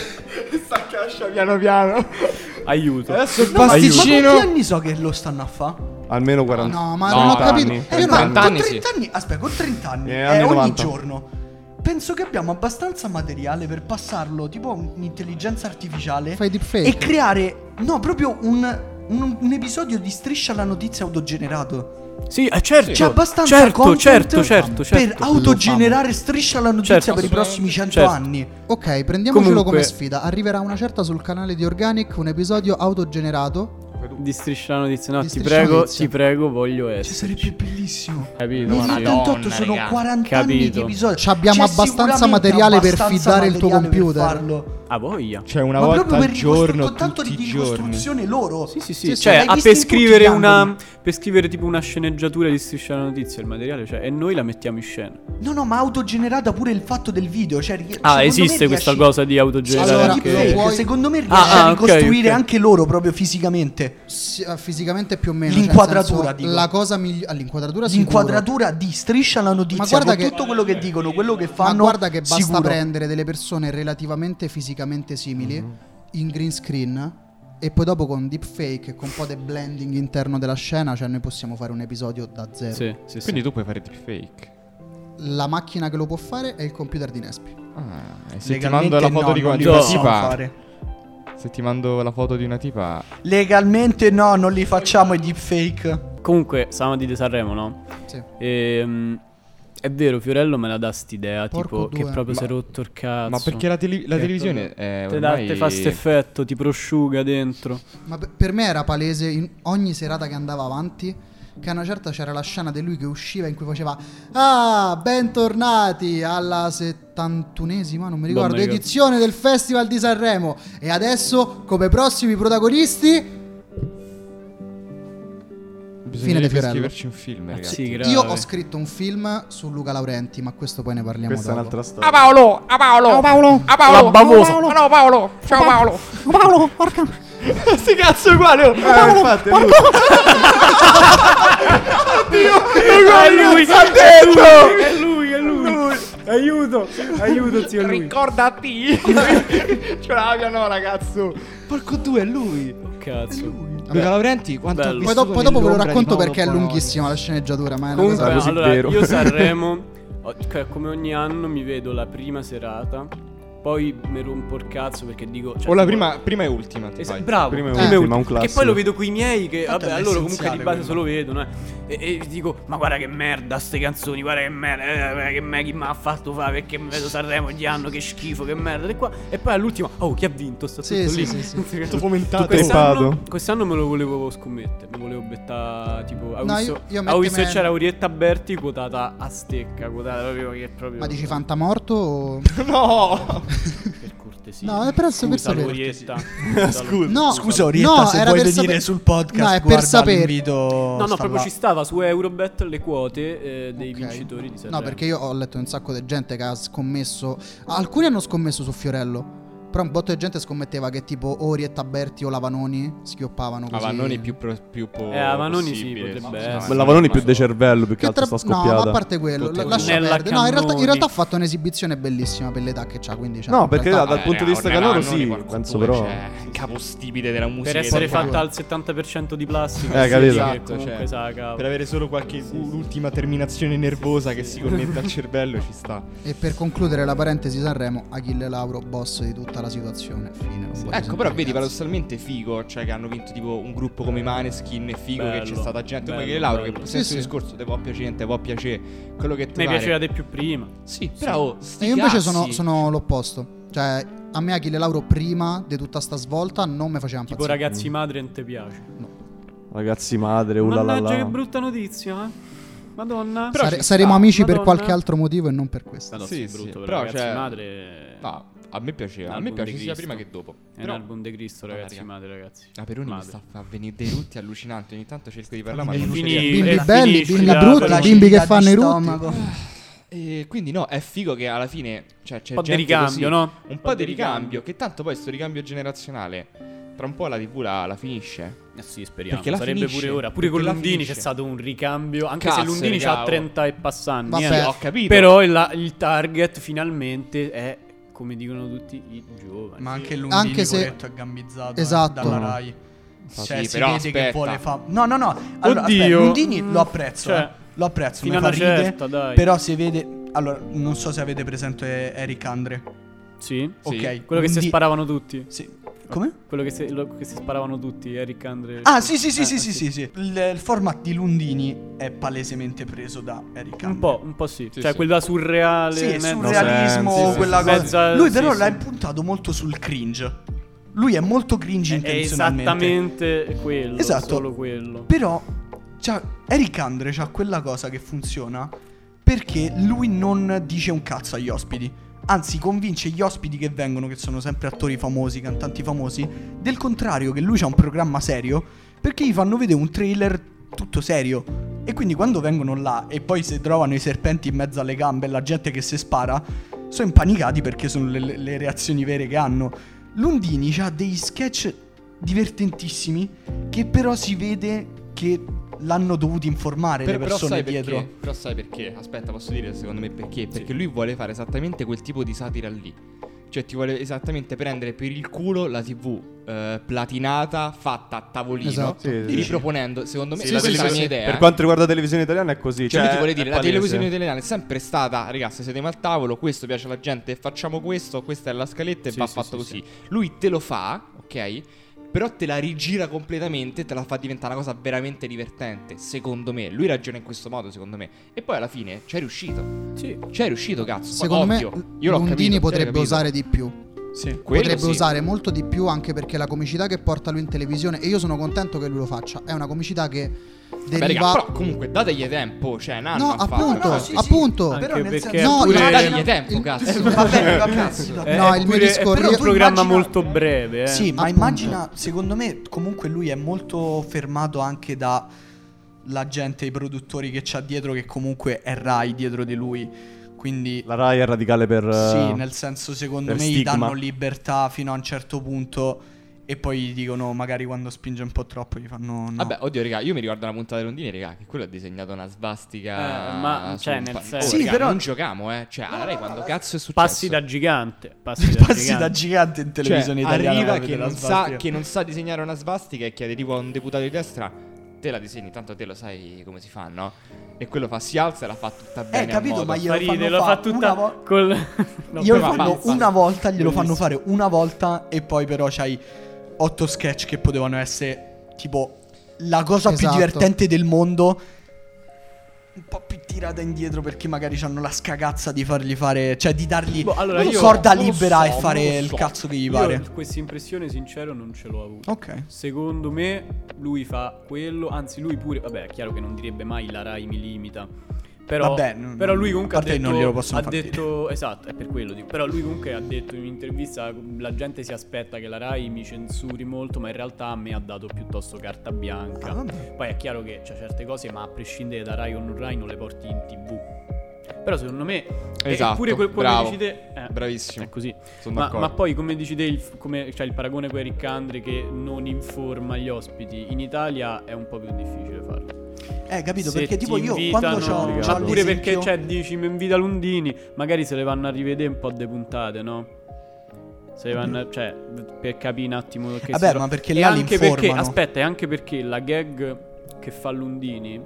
E: S'accascia piano piano.
G: Aiuto.
E: Adesso il
B: No, ma- Ma
E: pasticcino.
B: quanti anni so che lo stanno a fa?
C: Almeno 40.
A: No, ma
E: No,
A: non ho
E: 30
A: capito.
E: anni,
A: Eh, io non-
E: 30
B: Con
E: anni sì.
B: 30 anni, aspetta, con 30 anni
C: Eh,
B: è
C: anni
B: ogni
C: 90.
B: giorno. Penso che abbiamo abbastanza materiale per passarlo tipo a un'intelligenza artificiale
A: Fai deepfake.
B: e creare no, proprio un, un- un episodio di striscia alla notizia autogenerato.
G: Sì, eh, certo.
B: C'è abbastanza
G: certo,
B: content
G: certo, certo, certo.
B: per autogenerare striscia alla notizia
G: Certo,
B: per i prossimi 100
G: certo.
B: anni.
A: Ok, prendiamocelo
G: Comunque-
A: come sfida. Arriverà una certa sul canale di Organic un episodio autogenerato.
G: Di striscia la notizia. No,
A: Di
G: ti
A: Striscia la
G: prego,
A: Notizia.
G: ti prego, voglio
B: Cioè,
G: essere.
B: sarebbe bellissimo.
G: Capito?
E: No,
G: ma-
B: 2028
E: Madonna,
B: sono
E: raga.
B: 40 anni di
G: Capito.
B: episodio.
A: Ci abbiamo
B: C'è
A: abbastanza
B: sicuramente
A: materiale per
B: abbastanza
A: fidare il tuo
B: materiale per
A: computer.
B: farlo.
G: A voglia.
E: Cioè, una
B: Ma
E: volta
B: proprio per
E: al
B: ricostru-
E: giorno,
B: con tanto
E: tutti i
B: di
E: giorni.
B: ricostruzione loro.
G: Sì, sì, sì.
A: sì,
G: cioè,
B: l'hai
G: a
B: visto
G: per
B: in tutti
G: scrivere
B: gli
G: una.
B: angoli.
G: Per scrivere tipo una sceneggiatura di striscia la notizia, il materiale, cioè, e noi la mettiamo in scena.
B: No, no, ma autogenerata pure il fatto del video. Cioè, ri- secondo
G: Ah,
B: me
G: esiste questa
B: riesci-
G: cosa di
B: Sì,
G: autogenerare
A: Allora,
G: anche-
A: io-
B: deepfake,
A: Puoi-
B: secondo me riesce
G: Ah,
B: a
G: ah, ok,
B: ricostruire
G: ok.
B: anche loro proprio fisicamente.
A: Sì, eh, fisicamente più o meno.
B: L'inquadratura,
A: cioè, nel senso,
B: dico.
A: la cosa migliore. L'inquadratura sicuro.
B: L'inquadratura di striscia la notizia.
A: Ma guarda
B: con
A: che-
B: tutto quello che dicono, quello che fanno.
A: Ma guarda che basta
B: sicuro.
A: prendere delle persone relativamente fisicamente simili
G: Mhm.
A: in green screen. E poi dopo con deepfake e con un po' di blending interno della scena, cioè noi possiamo fare un episodio da zero.
G: Sì, sì, sì.
E: Quindi tu puoi fare deepfake.
A: La macchina che lo può fare è il computer di Nespi.
E: Ah, e se ti
B: Legalmente
E: mando la foto
B: no,
E: di
B: non
E: di
B: li
E: una
B: possiamo
E: tipa.
B: fare.
E: Se ti mando la foto di una tipa.
B: Legalmente no, non li facciamo i
G: Ah,
B: deepfake.
G: Comunque, stavamo di Sanremo, no?
A: Sì.
G: Ehm, è vero, Fiorello me la dà st'idea,
A: Porco
G: tipo, che
A: due.
G: proprio
E: Ma-
G: si è rotto il cazzo.
E: Ma perché la, tele- la
G: Certo.
E: televisione è
G: Te, dà-
E: ormai
G: te fa st'effetto, ti prosciuga dentro.
A: Ma per- per me era palese in ogni serata che andava avanti che a una certa c'era la scena di lui che usciva in cui faceva Ah, bentornati alla 71esima, non mi ricordo,
G: mi ricordo.
A: edizione del Festival di Sanremo. E adesso, come prossimi protagonisti,
E: Bisogna
A: Fine di Fiorello.
E: scriverci un film, ragazzi.
G: Ah, Sì, grave.
A: io ho scritto un film su Luca Laurenti, ma questo poi ne parliamo
C: Questa è
A: dopo.
C: un'altra storia.
J: Paolo, a Paolo, a Paolo, a Paolo,
G: bavosa.
J: Ah, no Paolo, ciao Paolo, Paolo, porca,
E: Sti cazzo è uguale. oh.
C: Eh, infatti, è lui.
G: È lui, è lui. Aiuto, aiuto, zio lui.
J: ricordati.
E: Ce l'abbia no, ragazzo. Porco due, è lui.
G: Cazzo.
E: Luca Laurenti, quanto
G: Bello.
E: ho
A: Poi,
E: vissuto
A: do- poi dopo ve lo
E: nell'ombra di
A: racconto
E: Paolo
A: perché è
E: Bonomi.
A: lunghissima la sceneggiatura, ma è una
G: Comunque, eh.
A: cosa così.
G: allora,
C: vero.
G: io Sanremo, ho- cioè, come ogni anno, mi vedo la prima serata, poi mi rompo il cazzo perché dico... Cioè,
E: O la
G: tipo-
E: prima, prima e ultima. ti
G: Esatto,
E: fai.
G: bravo.
C: Prima e
A: Eh.
C: ultima, un
G: Che
C: classico.
G: poi lo vedo coi miei che
B: Tanto è
G: vabbè, allora comunque di
B: essenziale
G: base se lo vedono eh. e, e dico
H: Ma guarda che merda ste canzoni, guarda che merda, eh, che me chi mi ha fatto fare perché mi vedo Sanremo ogni anno, che schifo, che merda, e qua.
G: e poi all'ultimo oh chi ha vinto sta
A: Sì,
G: tutto
A: sì,
G: lì
A: sì, sì.
E: Tutto fomentato.
G: Quest'anno,
C: Tempato.
G: quest'anno me lo volevo scommettere, me volevo bettare tipo ho
A: No,
G: visto,
A: io- io
G: ho
A: Matt
G: visto che
A: Man-
G: c'era Urietta Berti quotata a stecca, quotata proprio che è proprio
A: Ma dici fantamorto o...
E: No.
G: per cortesia.
A: No, è per- per sapere.
G: Urietta.
A: No,
B: Scusa, Orietta,
A: no,
B: se
A: era
B: vuoi
A: per
B: venire
A: sapere-
B: sul podcast,
A: No, è per
B: guarda
A: sapere-
B: l'invito,
G: No, no,
B: sta
G: proprio
B: là.
G: ci stava su Eurobet le quote eh, dei
A: Ok.
G: vincitori di Sanremo.
A: No, perché io ho letto un sacco di gente che ha scommesso. Alcuni hanno scommesso su Fiorello. Però un botto di gente scommetteva che tipo Orietta Berti o Lavanoni schioppavano così.
E: Avanoni Ah, più, pro, più po-
G: Eh, Avanoni sì,
E: possibile.
G: potrebbe
E: Ma-
G: essere.
E: ma-
C: Lavanoni
E: ma-
C: più de cervello più che,
A: Che
C: altro
A: tra-
C: sta
A: No,
C: scoppiata.
A: ma a parte quello,
E: Tutte
A: la-
E: quelle.
A: lascia
G: Nella
A: perdere. No, in realtà, in
G: Cannoni.
A: realtà ha fatto un'esibizione bellissima per l'età che c'ha, quindi cioè,
C: No,
A: in
C: perché
A: realtà-
C: dal
E: Eh,
C: punto di vista
E: ormai
C: canoro
E: Avanoni
C: sì,
E: qualcuno
C: penso
E: pure,
C: però.
E: cioè, capostipide della musica.
G: Per essere
E: e-
G: fatta al 70% di plastica.
C: Eh,
G: sì,
C: capito.
G: che
E: Esatto,
G: comunque
E: cioè,
G: sa, cavolo.
E: per avere solo qualche ultima terminazione nervosa che si connette al cervello ci sta.
A: E per concludere la parentesi Sanremo, Achille Lauro, boss di tutta la situazione. Fine. non voglio
E: Ecco,
A: sentire
E: però vedi,
A: cazzo.
E: paradossalmente figo, cioè che hanno vinto tipo un gruppo come i Maneskin e figo che c'è
G: Bello,
E: stata gente come
G: bello,
E: Achille Lauro che
G: bello.
E: per stesso
A: Sì, sì.
E: discorso te può piacere, te può piacere, quello che ti
G: Mi
E: pare.
G: piaceva di più prima.
E: Sì, però sti
A: E io invece
E: cazzi.
A: sono, sono l'opposto. Cioè, a me Achille Lauro prima di tutta sta svolta non mi faceva
G: Tipo
A: impazzire.
G: ragazzi madre non ti piace.
C: Ragazzi madre, uh, ulala.
G: Mannaggia che brutta notizia, eh. Madonna.
E: Però
A: Sare-
E: ci
A: saremo
G: sta,
A: amici per
G: Madonna.
A: qualche altro motivo e non per questo.
G: Madonna,
E: Sì,
G: sì, brutto,
E: sì,
G: però,
E: però,
G: ragazzi
E: cioè,
G: madre.
E: No, Ah, a me piaceva, a me
G: L'album
E: piace
G: di
E: sia
G: Cristo.
E: prima che dopo.
G: È
E: Però
G: un album di Cristo,
E: Vabbè,
G: ragazzi
E: raga. Ah,
G: madre, ragazzi.
E: la Peroni mi
G: Madre.
E: sta a venire dei rutti allucinanti, ogni tanto cerco di parlare ma
G: E
E: non
G: fini-
E: ci riesco.
A: Bimbi
G: e
A: belli,
G: finisci
A: bimbi
G: eh, la-
A: brutti,
G: con la-
A: bimbi- che fanno i rutti.
E: E quindi no, è figo che alla fine cioè, c'è
G: Un po' di
E: gente
G: ricambio,
E: così,
G: no?
E: Un po' di ricambio, che tanto poi sto ricambio generazionale tra un po' la TV la, la finisce.
G: Eh sì, speriamo.
E: Perché la
G: Sarebbe
E: finisce.
G: pure ora. Pure
E: Perché
G: con
E: la
G: Lundini
E: finisce.
G: c'è stato un ricambio. Anche
E: Cazzo,
G: se Lundini
E: raga,
G: c'ha
E: oh.
G: 30 e passanti.
A: Vabbè.
G: eh.
E: Ho capito.
G: Però il, il target finalmente è, come dicono tutti, i giovani.
B: Ma anche lui
A: Anche se-
B: Coretto è gambizzato eh,
A: Esatto.
B: dalla Rai. Cioè,
E: sì,
B: si
E: però
B: vede che
E: aspetta.
B: vuole fare. No, no, no. Allora,
G: Oddio.
B: aspetta, Lundini lo apprezzo.
G: Cioè,
B: eh. Lo apprezzo,
G: fino
B: mi fa
G: alla
B: ridere,
G: certa, dai.
B: Però si vede. Allora, non so se avete presente Eric Andre.
G: Sì.
B: Ok.
G: Quello che si
B: Lundi-
G: sparavano tutti.
B: Sì. Come?
G: Quello che si, lo- che si sparavano tutti, Eric Andre.
B: Ah, sì, sì, sì,
G: Eh,
B: sì,
G: eh,
B: sì, sì, sì. Il, il format di Lundini è palesemente preso da Eric Andre.
G: Un po', un po' sì.
E: Sì,
G: cioè,
E: sì.
G: quella surreale.
B: Sì,
G: mezza-
B: surrealismo,
C: senso, sì,
B: quella
G: sì,
B: cosa.
G: sì. Mezza-
B: Lui
G: sì,
B: però
G: sì.
B: l'ha puntato molto sul cringe. Lui è molto cringe
G: È
B: intenzionalmente.
G: Eh, esattamente quello.
B: Esatto.
G: Solo quello.
B: Però c'ha- Eric Andre c'ha quella cosa che funziona perché lui non dice un cazzo agli ospiti. Anzi, convince gli ospiti che vengono, che sono sempre attori famosi, cantanti famosi, del contrario che lui c'ha un programma serio, perché gli fanno vedere un trailer tutto serio. E quindi quando vengono là e poi si trovano i serpenti in mezzo alle gambe e la gente che si spara, sono impanicati perché sono le- le, le reazioni vere che hanno. Lundini ha dei sketch divertentissimi che però si vede che l'hanno dovuto informare
E: Per-
B: le persone dietro.
E: Perché, però sai perché? Aspetta, posso dire secondo me perché? Perché lui vuole fare esattamente quel tipo di satira lì. Cioè ti vuole esattamente prendere per il culo la TV eh, platinata fatta a tavolino,
A: Esatto.
C: Sì, sì.
E: riproponendo, secondo me,
C: Sì,
E: questa
C: sì,
E: è la
C: sì,
E: mia
C: sì.
E: idea.
C: Per
E: eh.
C: quanto riguarda la televisione italiana è così.
B: eh,
E: Cioè,
C: Cioè,
E: lui ti vuole dire,
C: è
E: la
C: palese.
E: televisione italiana è sempre stata, ragazzi, siete al tavolo, questo piace alla gente, facciamo questo, questa è la scaletta e
G: Sì,
E: va
G: sì,
E: fatto
G: sì,
E: così. Lui te lo fa, ok? Però te la rigira completamente, te la fa diventare una cosa veramente divertente, secondo me. Lui ragiona in questo modo, secondo me. E poi alla fine c'è riuscito.
G: Sì.
E: C'è riuscito, cazzo.
A: Secondo
E: Poi,
A: me
E: ovvio, io l'ho
A: Lundini
E: capito, cioè,
A: potrebbe
E: capito.
A: usare di più.
B: Sì.
E: Quello
A: potrebbe
E: sì.
A: usare molto di più anche perché la comicità che porta lui in televisione e io sono contento che lui lo faccia è una comicità che
E: Beh, raga,
A: deriva
E: però comunque dategli tempo, cioè, un anno
A: no
E: han fatto,
A: appunto
E: no,
B: sì, sì.
A: appunto
B: Anche
G: Però nel
B: perché
G: senso-
A: no
G: pure-
A: il-
E: dategli tempo,
A: il-
E: cazzo.
A: il-
B: Va bene, va cazzo.
G: Eh,
A: No, il mio
G: pure-
A: discorso-
G: È però un
A: io- tu
G: programma
B: immagina-
G: molto breve, eh.
B: Sì, ma
A: Appunto.
B: immagina, secondo me, comunque lui è molto fermato anche da la gente, i produttori che c'ha dietro, che comunque è Rai dietro di lui. Quindi,
C: La Rai è radicale per eh,
B: sì, nel senso, secondo
C: per
B: me gli
C: stigma.
B: danno libertà fino a un certo punto. E poi gli dicono, magari quando spinge un po' troppo, gli fanno. No.
E: Vabbè, oddio, raga, io mi ricordo la puntata dei Rondini, raga, che quello ha disegnato una svastica.
G: Eh, ma,
E: su
G: cioè,
E: un
G: nel
E: pa- Oh,
G: senso-
B: Sì,
E: raga,
B: però-
E: Non giocamo, eh. Cioè, alla Rai quando cazzo è successo?
G: Passi da gigante. Passi da
B: Passi da
G: gigante.
B: gigante in
E: Cioè,
B: televisione italiana.
E: arriva
B: guarda,
E: che
B: la
E: non, sa,
B: svastica.
E: che non sa disegnare una svastica e chiede tipo a un deputato di destra. Te la disegni, tanto te lo sai come si fa, no? E quello fa, si alza e la fa tutta bene.
B: Eh, capito, ma
E: io.
B: glielo
G: Fa ridere,
B: fanno
G: lo fa
B: fa una
G: tutta
B: volta.
G: col... No,
B: Glielo
E: però
B: fanno
E: basta.
B: una volta, glielo fanno
G: Bellissimo.
B: fare una volta e poi però c'hai otto sketch che potevano essere tipo la cosa più
A: Esatto.
B: divertente del mondo. Un po' più tirata indietro perché magari hanno la scagazza di fargli fare, cioè di dargli
G: Boh, allora
B: una
G: io-
B: corda
E: non lo
B: libera
E: so,
B: e fare
E: non lo
B: il
E: so.
B: cazzo che gli pare.
G: Io questa impressione sincero non ce l'ho avuta.
B: Ok.
G: Secondo me lui fa quello, anzi lui pure, vabbè è chiaro che non direbbe mai la Rai mi limita. Però,
B: Vabbè, non-
G: però lui comunque
B: a parte
G: ha detto,
B: non glielo possono
G: ha
B: far
G: detto esatto, è per quello dico. Però lui comunque ha detto in un'intervista la gente si aspetta che la Rai mi censuri molto, ma in realtà a me ha dato piuttosto carta bianca.
B: Ah, vabbè.
G: Poi è chiaro che c'è certe cose, ma a prescindere da Rai o non Rai non le porti in TV. Però secondo me... e-
E: Esatto,
G: Eppure quel, come
E: bravo.
G: dici te... eh,
E: Bravissimo.
G: È così.
E: Sono
G: Ma,
E: d'accordo.
G: ma poi come dici te, il, f- come- cioè, il paragone con Eric Andre che non informa gli ospiti, in Italia è un po' più difficile farlo.
B: Eh, capito?
G: Se
B: perché
G: ti
B: tipo io
G: invitano-
B: quando c'ho...
G: Ma
B: c'ho
G: pure
B: l'esempio-
G: perché cioè, dici mi invita Lundini, magari se le vanno a rivedere un po' de puntate, no? Se le vanno a- cioè, per capire un attimo che
B: Vabbè,
G: si tro-
B: ma perché
G: E
B: là li
G: anche perché,
B: informano.
G: aspetta, e anche perché la gag che fa Lundini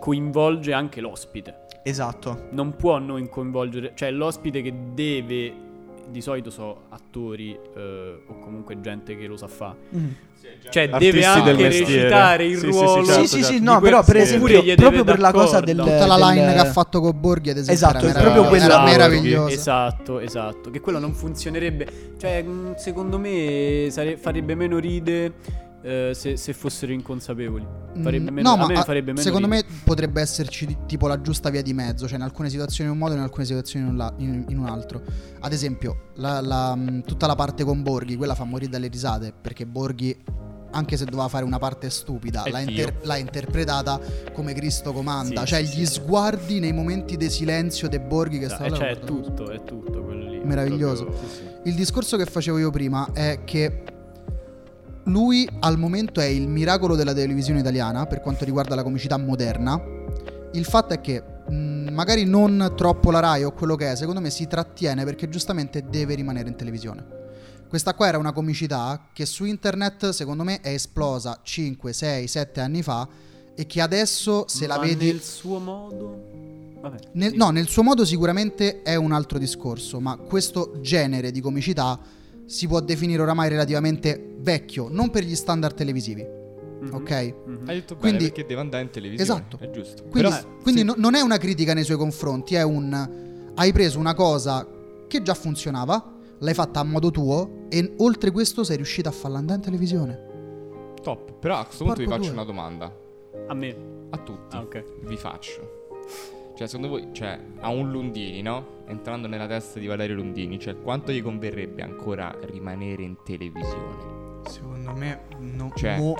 G: coinvolge anche l'ospite.
B: Esatto.
G: Non può non coinvolgere, cioè l'ospite che deve di solito so attori eh, o comunque gente che lo sa fa.
B: Mm.
G: Cioè
C: Artisti
G: deve
C: del
G: anche
C: mestiere.
G: recitare il
C: Sì, sì, sì,
G: ruolo.
C: certo,
B: sì, sì, sì,
G: di
B: no,
G: quel-
B: però per
G: oppure
B: esempio,
G: gli deve
B: proprio per la
G: d'accordo.
B: cosa del...
A: Tutta la
B: Eh, del-
A: line che ha fatto con Borghi, ad esempio,
B: Esatto,
A: era,
B: è proprio
A: era
B: quella-
A: meravigliosa.
G: Esatto, esatto. Che quello non funzionerebbe. Cioè, mh, secondo me sare- farebbe meno ride eh, se, se fossero inconsapevoli. Farebbe
A: Mm,
G: meno,
A: no,
G: a
A: ma
G: me
A: ah,
G: farebbe meno
A: secondo
G: ride.
A: me potrebbe esserci di- tipo la giusta via di mezzo, cioè in alcune situazioni in un modo e in alcune situazioni in un, la- in- in un altro. Ad esempio, la- la- mh, tutta la parte con Borghi, quella fa morire dalle risate, perché Borghi, anche se doveva fare una parte stupida,
E: È
A: l'ha, inter- l'ha interpretata come Cristo comanda,
G: Sì,
A: cioè
G: sì,
A: gli
G: sì.
A: sguardi nei momenti di silenzio di Borghi che stava
G: Eh,
A: là,
G: cioè, è
A: guarda, così.
G: tutto, è tutto quello lì.
A: Meraviglioso.
G: Proprio- sì, sì.
A: Il discorso che facevo io prima è che lui al momento è il miracolo della televisione italiana per quanto riguarda la comicità moderna. Il fatto è che mh, magari non troppo la Rai o quello che è, secondo me si trattiene perché giustamente deve rimanere in televisione. Questa qua era una comicità che su internet secondo me è esplosa 5, 6, 7 anni fa e che adesso se la
G: Ma
A: vedi...
G: nel suo modo. Vabbè.
A: Nel-
G: sì.
A: no, nel suo modo sicuramente è un altro discorso, ma questo genere di comicità si può definire oramai relativamente vecchio, non per gli standard televisivi,
G: Mhm.
A: ok?
G: Mhm.
E: Hai detto
A: Quindi-
E: bene perché deve andare in televisione.
A: Esatto.
E: È giusto.
A: Quindi,
E: Però-
A: quindi no- non è una critica nei suoi confronti, è un hai preso una cosa che già funzionava, l'hai fatta a modo tuo e oltre questo sei riuscito a farla andare in televisione.
E: Top. Però a questo punto vi
A: Porco
E: faccio
A: due.
E: una domanda.
G: A me.
E: A tutti.
G: Ah, ok.
E: Vi faccio. Cioè, secondo voi, cioè, a un Lundini, no? Entrando nella testa di Valerio Lundini, cioè, quanto gli converrebbe ancora rimanere in televisione?
B: Secondo me, no,
E: Cioè.
B: mo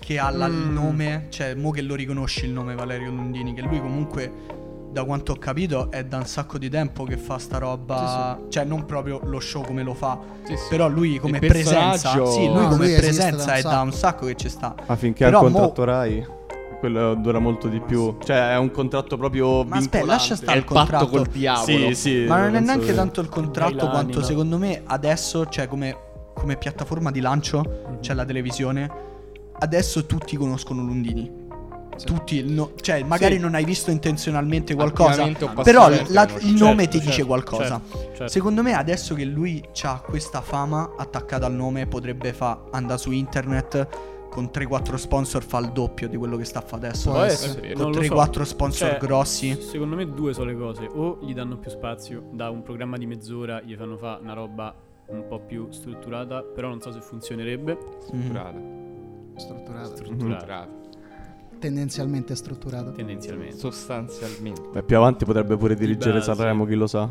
B: che ha la- il
A: Mm.
B: nome, cioè, mo che lo riconosci il nome Valerio Lundini, che lui comunque, da quanto ho capito, è da un sacco di tempo che fa sta roba, cioè non proprio lo show come lo fa,
E: Sì, sì.
B: però lui come
E: Il
B: presenza,
E: personaggio-
B: sì, lui
A: No,
B: come
A: Ah, lui esiste
B: presenza
A: da un
B: è da un sacco che ci sta.
C: Ma finché ha
B: Però
C: un
B: mo-
C: contratto Rai, quello dura molto di più. Cioè, è un contratto proprio
B: Ma aspetta,
C: vincolante.
B: lascia stare
E: È
B: il
E: il patto
B: contratto.
E: col diavolo.
C: Sì, sì.
B: Ma non è
C: penso
B: neanche
C: che-
B: tanto il contratto
G: Dai, l'anima.
B: quanto secondo me adesso, cioè come, come piattaforma di lancio, c'è la televisione. Adesso tutti conoscono Lundini. Tutti, no- cioè magari
E: Sì.
B: non hai visto intenzionalmente qualcosa,
E: Attivamente o
B: però
E: passivamente,
B: la-
E: non so.
B: il nome ti
G: Certo,
B: dice
G: certo,
B: qualcosa.
G: certo, certo.
B: Secondo me adesso che lui ha questa fama attaccata al nome potrebbe fa andare su internet con 3-4 sponsor fa il doppio di quello che sta fa adesso.
A: Può
G: essere,
B: Con
G: non lo
B: 3-4
G: so.
B: sponsor
G: Cioè,
B: grossi.
G: Secondo me due sono le cose, o gli danno più spazio, da un programma di mezz'ora gli fanno fa una roba un po' più strutturata, però non so se funzionerebbe.
B: Mm.
E: Strutturata.
A: Strutturata.
G: Strutturata,
E: Strutturata.
A: Tendenzialmente strutturata.
G: tendenzialmente.
E: Sostanzialmente.
C: Beh, Eh, più avanti potrebbe pure dirigere
G: base.
C: Sanremo, chi lo sa.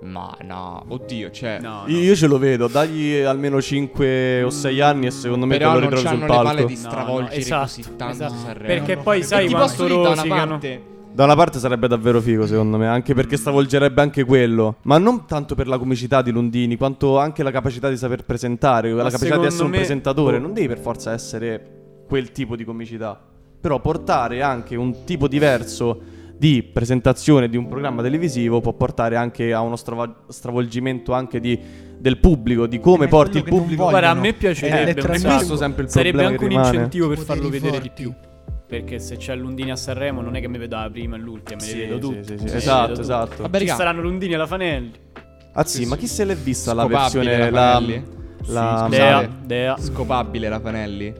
E: Ma no. Oddio, cioè...
G: No, no.
C: Io- Io ce lo vedo, dagli almeno 5 o 6 anni e secondo me
E: Però
C: te lo
E: non
C: ritrovi
E: hanno
C: sul
E: le palle
C: palco.
E: di stravolgere
G: esatto,
E: così tanto
G: esatto.
E: Sanremo.
G: Perché poi sai
E: Ti
G: quanto
E: posso dire da una
G: rosicano.
E: parte...
C: Da una parte sarebbe davvero figo, secondo me, anche perché stravolgerebbe anche quello. Ma non tanto per la comicità di Lundini, quanto anche la capacità di saper presentare, la capacità di
G: secondo
C: essere un
G: me-
C: presentatore.
G: boh.
C: Non devi per forza essere quel tipo di comicità. Però portare anche un tipo diverso di presentazione di un programma televisivo può portare anche a uno strava- stravolgimento anche di- del pubblico, di come
B: È
C: porti il
B: quello che non
C: pubblico.
B: voglio.
G: Guarda, a
B: vogliono.
G: me
B: È
G: piacerebbe, un
B: letteralmente-
G: sacco.
C: Questo sempre il
G: sarebbe
C: problema
G: anche
C: che
G: un
C: rimane.
G: incentivo per farlo
A: Poteri
G: vedere di
A: forti.
G: più. Perché se c'è Lundini a Sanremo non è che mi vedo la prima e l'ultima, me
C: Sì,
G: li vedo
C: sì,
G: tutti.
C: sì, sì,
G: Me li
C: esatto,
G: vedo tutti.
C: esatto.
E: Vabbè,
G: Ci
E: raga,
G: saranno Lundini alla Fanelli.
C: Ah sì, ma chi se l'è vista la
E: Scopabile
C: versione la,
E: Raffanelli?
C: la-
E: Sì,
G: Dea,
E: scusate.
G: Dea.
E: Scopabile Rafanelli.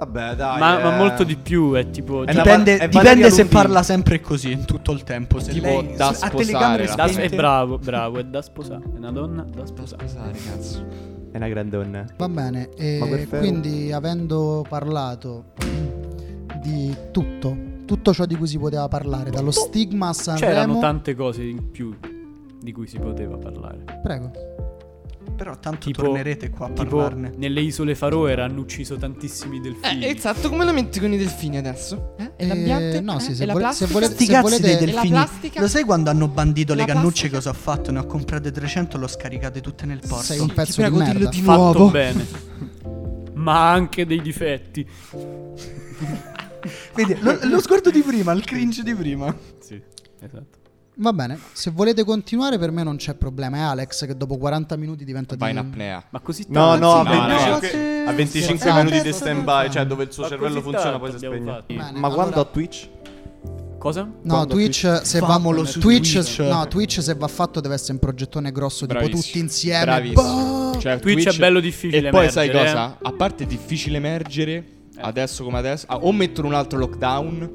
C: Vabbè, dai.
G: Ma,
C: eh.
G: ma molto di più, è tipo...
C: È
G: cioè,
C: la-
B: Dipende,
C: Val- è
B: dipende
C: Valeria
B: se
C: Lundini.
B: parla sempre così tutto il tempo. Se
E: Tipo
B: lei
E: da
B: a
E: sposare,
B: telecamere
E: da-
G: da-
B: spente-
G: è bravo, bravo, è da sposare. È una donna da sposare.
E: Scusate, cazzo.
C: È una grande donna.
A: Va bene,
C: Ma
A: e
C: quel ferro?
A: quindi avendo parlato di tutto, tutto ciò di cui si poteva parlare, dallo stigma a Sanremo...
G: C'erano tante cose in più di cui si poteva parlare.
A: Prego.
B: Però tanto
G: Tipo-
B: tornerete qua a
G: Tipo,
B: parlarne.
G: nelle isole Faroe hanno ucciso tantissimi delfini.
I: Eh, esatto, come lo metti con i delfini adesso? Eh? E
A: Eh,
I: l'ambiente?
A: no,
I: Eh?
A: sì,
I: E
A: se
I: la
A: vole- se
I: plastica?
A: volete-
B: Sti cazzi dei
A: volete-
I: la
B: delfini.
I: plastica?
B: Lo sai quando hanno bandito le
I: La
B: cannucce
I: plastica?
B: cosa ho fatto? Ne ho comprate 300 l'ho scaricate tutte nel porto.
A: Sei un
I: Ti
A: pezzo
I: prego,
A: di
I: dillo
A: merda.
I: di
G: fatto
I: nuovo.
G: bene. Ma anche dei difetti.
B: Vedi, lo, lo sguardo di prima, il cringe di prima.
G: Sì, esatto.
A: Va bene, se volete continuare per me non c'è problema. È Alex che dopo 40 minuti diventa
E: Vai in
A: di...
E: apnea.
G: Ma così
C: No,
G: tanto?
C: no, a
E: no, no,
C: 25, a 25
A: sì.
C: minuti di
A: Adesso
C: stand
A: abbiamo
C: by,
A: fatto.
C: cioè dove il suo
G: Ma
C: cervello
G: così
C: funzione
G: tanto
C: poi si
G: abbiamo
C: spegne.
G: fatto.
A: Bene,
C: Ma quando
A: allora-
C: a Twitch?
G: Eh, Cosa?
A: No,
C: Quando
A: Twitch, se
B: Famolo
A: va,
B: su
A: Twitch,
B: Twitch.
A: No, Twitch se va fatto deve essere un progettone grosso tipo
E: Bravissimo.
A: tutti insieme. Boh,
E: Bravissimo. Cioè,
G: Twitch è bello difficile
E: E poi sai
G: emergere, eh.
E: cosa? A parte è difficile emergere. Adesso come adesso, ah, o mettono un altro lockdown.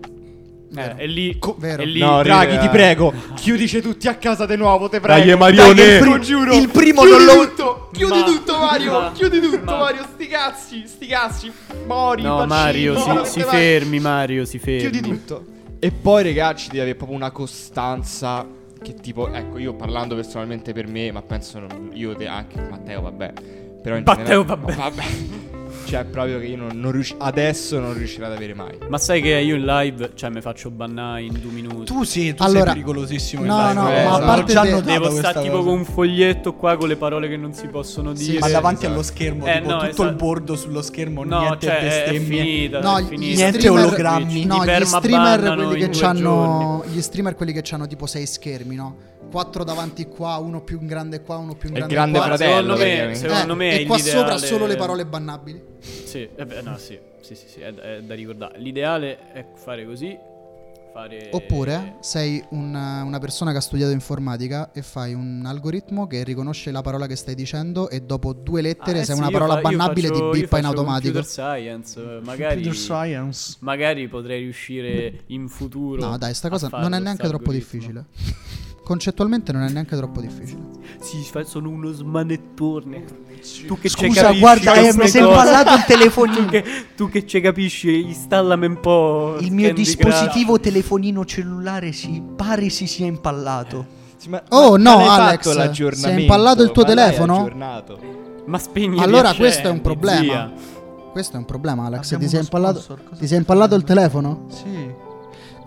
G: Eh, e lì,
E: Co-
A: Vero.
G: e lì
C: No, ri-
E: Draghi,
C: eh.
E: ti prego, chiudice tutti a casa di nuovo, te prego.
C: Dai, Marione!
E: Dai, te lo giuro.
B: Il primo
E: chiudi
B: non lo-
E: tutto. Chiudi
G: Ma-
E: tutto, Mario.
G: ma-
E: chiudi tutto,
G: ma-
E: Mario. Sti cazzi, sti cazzi. Mori,
G: No,
E: vaccini,
G: Mario, si,
E: morte,
G: si
E: vai.
G: fermi, Mario, si fermi.
E: Chiudi tutto. E poi, ragazzi, devi avere proprio una costanza. Che tipo, ecco, io parlando personalmente per me, ma penso non- io te, anche Matteo, vabbè. Però in
G: Matteo,
E: generale-
G: vabbè.
E: Cioè, proprio che io non, non riusci- adesso non riuscirò ad avere mai.
G: Ma sai che io in live, cioè, mi faccio bannare in due minuti.
B: Tu sì, tu sei
A: Allora-
B: pericolosissimo. in
A: No,
B: live,
A: no,
E: ma
B: eh,
E: a
B: l'ho
A: parte
B: già
A: te-
B: notata
G: Devo
B: questa
G: stare tipo
B: cosa.
G: con un foglietto qua con le parole che non si possono
A: Sì,
G: dire.
B: Ma
A: sì,
B: davanti
E: esatto.
B: allo schermo,
G: Eh,
B: tipo
G: no,
B: tutto
G: esatto.
B: il bordo sullo schermo,
G: No,
B: niente
G: cioè, è
B: bestemmie.
G: finita.
A: No,
G: è
A: gli
G: finita.
B: Niente
A: streamer,
B: ologrammi.
A: No,
G: Ti
A: gli
G: perma
A: streamer
G: bannano
A: quelli
G: in
A: che
G: due
A: hanno gli streamer quelli che hanno tipo sei schermi, no? Quattro davanti qua, uno più grande qua, uno più
E: È
A: grande
E: grande
A: qua.
G: Guarda, secondo me,
E: praticamente.
G: secondo
A: Eh,
G: me è Eh.
A: e qua
G: l'ideale-
A: sopra solo le parole bannabili.
G: Sì, eh beh, no, sì, sì, sì, sì, è, è da ricordare. L'ideale è fare così. Fare...
A: Oppure sei un- una persona che ha studiato informatica e fai un algoritmo che riconosce la parola che stai dicendo e dopo due
G: Ah,
A: lettere,
G: eh
A: se è
G: sì,
A: una
G: io
A: parola
G: fa- io
A: bannabile
G: faccio-
A: ti
G: io
A: bippa in
G: faccio
A: automatico.
G: Computer science, magari,
B: Computer science.
G: magari potrei riuscire in futuro.
A: No, dai, sta
G: a
A: cosa
G: fare
A: non è
G: questo
A: neanche troppo
G: algoritmo.
A: difficile. Concettualmente non è neanche troppo difficile.
G: Sì, fa- sono uno smanettone. Tu che ci
B: Scusa,
G: capisci
B: guarda,
G: di
B: eh,
G: queste
B: mi sei
G: cose?
B: impallato il
G: tu,
B: telefonino.
G: che, tu che ci capisci, installami un po'.
B: Il mio
G: Candy Crush.
B: dispositivo telefonino cellulare si pare si sia impallato.
E: Sì, ma-
A: Oh,
E: ma-
A: no,
E: ma l'hai fatto
A: Alex,
E: l'aggiornamento?
A: si è impallato il tuo
E: Ma l'hai
A: telefono?
E: aggiornato?
G: Ma spegni. e
A: Allora
G: riaccendi,
A: questo è un problema.
G: zia.
A: Questo è un problema, Alex.
B: Abbiamo
A: ti sei
B: uno
A: impallato,
B: sponsor, cosa
A: ti sei impallato il telefono?
B: Sì.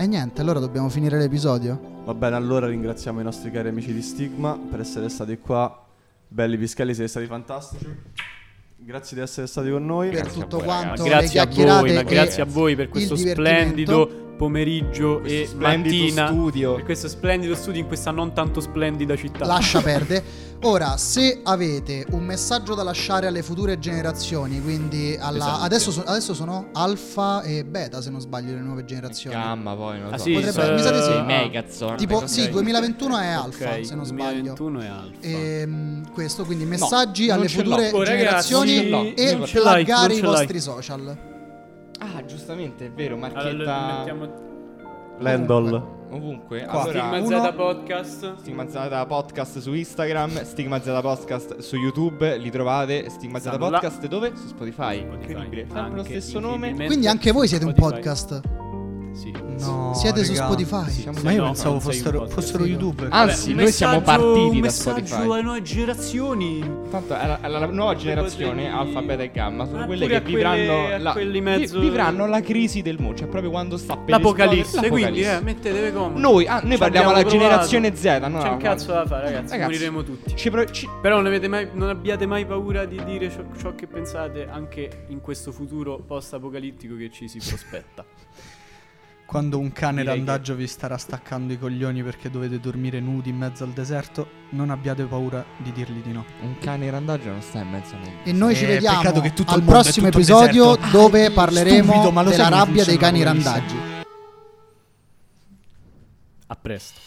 A: E niente, allora dobbiamo finire l'episodio.
C: Va bene, allora ringraziamo i nostri cari amici di Stigma per essere stati qua. Belli Pischelli, siete stati fantastici. Grazie di essere stati con noi.
A: Per
E: a
A: tutto
E: voi,
G: Ma
A: quanto le
G: grazie a
A: chiacchierate
G: voi, ma
A: e
G: grazie a voi per
A: il
G: questo
A: divertimento.
G: splendido pomeriggio
E: Questo
G: e
E: splendido
G: mattina.
E: studio.
G: Per questo splendido studio in questa non tanto splendida città.
A: Lascia perdere. Ora, se avete un messaggio da lasciare alle future generazioni, quindi alla...
G: Esatto.
E: Pesante.
A: adesso, so- adesso sono alfa e beta, se non sbaglio, le nuove generazioni.
E: Gamma poi, non lo
G: Ah,
E: so.
G: sì,
A: Potrebbe- so- mi sa di sì.
E: Sì, Megazord.
A: Tipo,
E: cose
A: sì,
E: così.
A: 2021 è
G: Ok,
A: alfa, se non sbaglio.
G: 2021 è alfa.
A: Ehm, questo, quindi messaggi
E: non
A: alle
E: ce l'ho.
A: future
G: Oh, ragazzi,
A: generazioni
E: non ce
A: e
E: l'ho. Non
G: ce l'hai,
A: plaggare
G: non
A: i
G: ce l'hai.
A: vostri social.
E: Ah, giustamente, è vero, marchetta
G: Allora, mettiamo
C: Landol.
E: ovunque.
B: Qua.
E: Allora,
G: Stigma Z Podcast.
E: Stigmazzata Podcast su Instagram, Stigmazzata Podcast su YouTube, li trovate. Stigmazzata
G: Stanno là.
E: Podcast dove? Su Spotify. Incredibile. Sempre lo
G: Anche
E: stesso nome.
G: incredibilmente
A: Quindi anche voi
G: su
A: siete un
G: Spotify.
A: podcast.
G: Sì.
B: No.
A: siete su
B: raga.
A: Spotify.
E: Siamo-
B: Ma io pensavo
G: No, non sei un
B: fossero,
G: podcast,
B: fossero
A: sì.
B: YouTube.
E: Ah, Anzi,
G: Vabbè, un
E: noi siamo
G: messaggio-
E: partiti da
G: un messaggio
E: Spotify.
G: alle nuove generazioni.
E: Tanto alla, alla nuova generazione,
G: potrei-
E: alfa, beta e gamma, sono
G: Ma
E: quelle
G: Ah, pure
E: che
G: a quelle-
E: vivranno,
G: a
E: la,
G: quelli
E: vi-
G: mezzo-
E: vivranno la crisi del mondo, cioè proprio quando sta per
G: L'apocalisse,
E: esplodere-
G: quindi eh,
E: l'apocalisse.
G: mettetevi comodi.
E: Noi, ah, noi
G: Ci
E: parliamo alla
G: abbiamo provato.
E: generazione Z, no?
G: C'è
E: no,
G: un cazzo da fare, ragazzi,
E: Ragazzi.
G: moriremo tutti.
E: Ci pro- ci-
G: Però non, avete mai- non abbiate mai paura di dire ciò, ciò che pensate anche in questo futuro post-apocalittico che ci si prospetta.
B: Quando un cane
G: Direi
B: randagio vi starà staccando i coglioni perché dovete dormire nudi in mezzo al deserto, non abbiate paura di dirgli di no.
E: Un cane randaggio non sta in mezzo a noi.
A: E noi ci
B: Eh,
A: vediamo
B: peccato che tutto
A: al
B: il mondo è
A: prossimo
B: tutto
A: episodio
B: deserto.
A: dove
B: Ah,
A: parleremo
B: stupido, ma lo
A: della
B: sai come
A: rabbia dei
B: funziona
A: cani
B: quello lì?
A: randaggi.
G: A presto.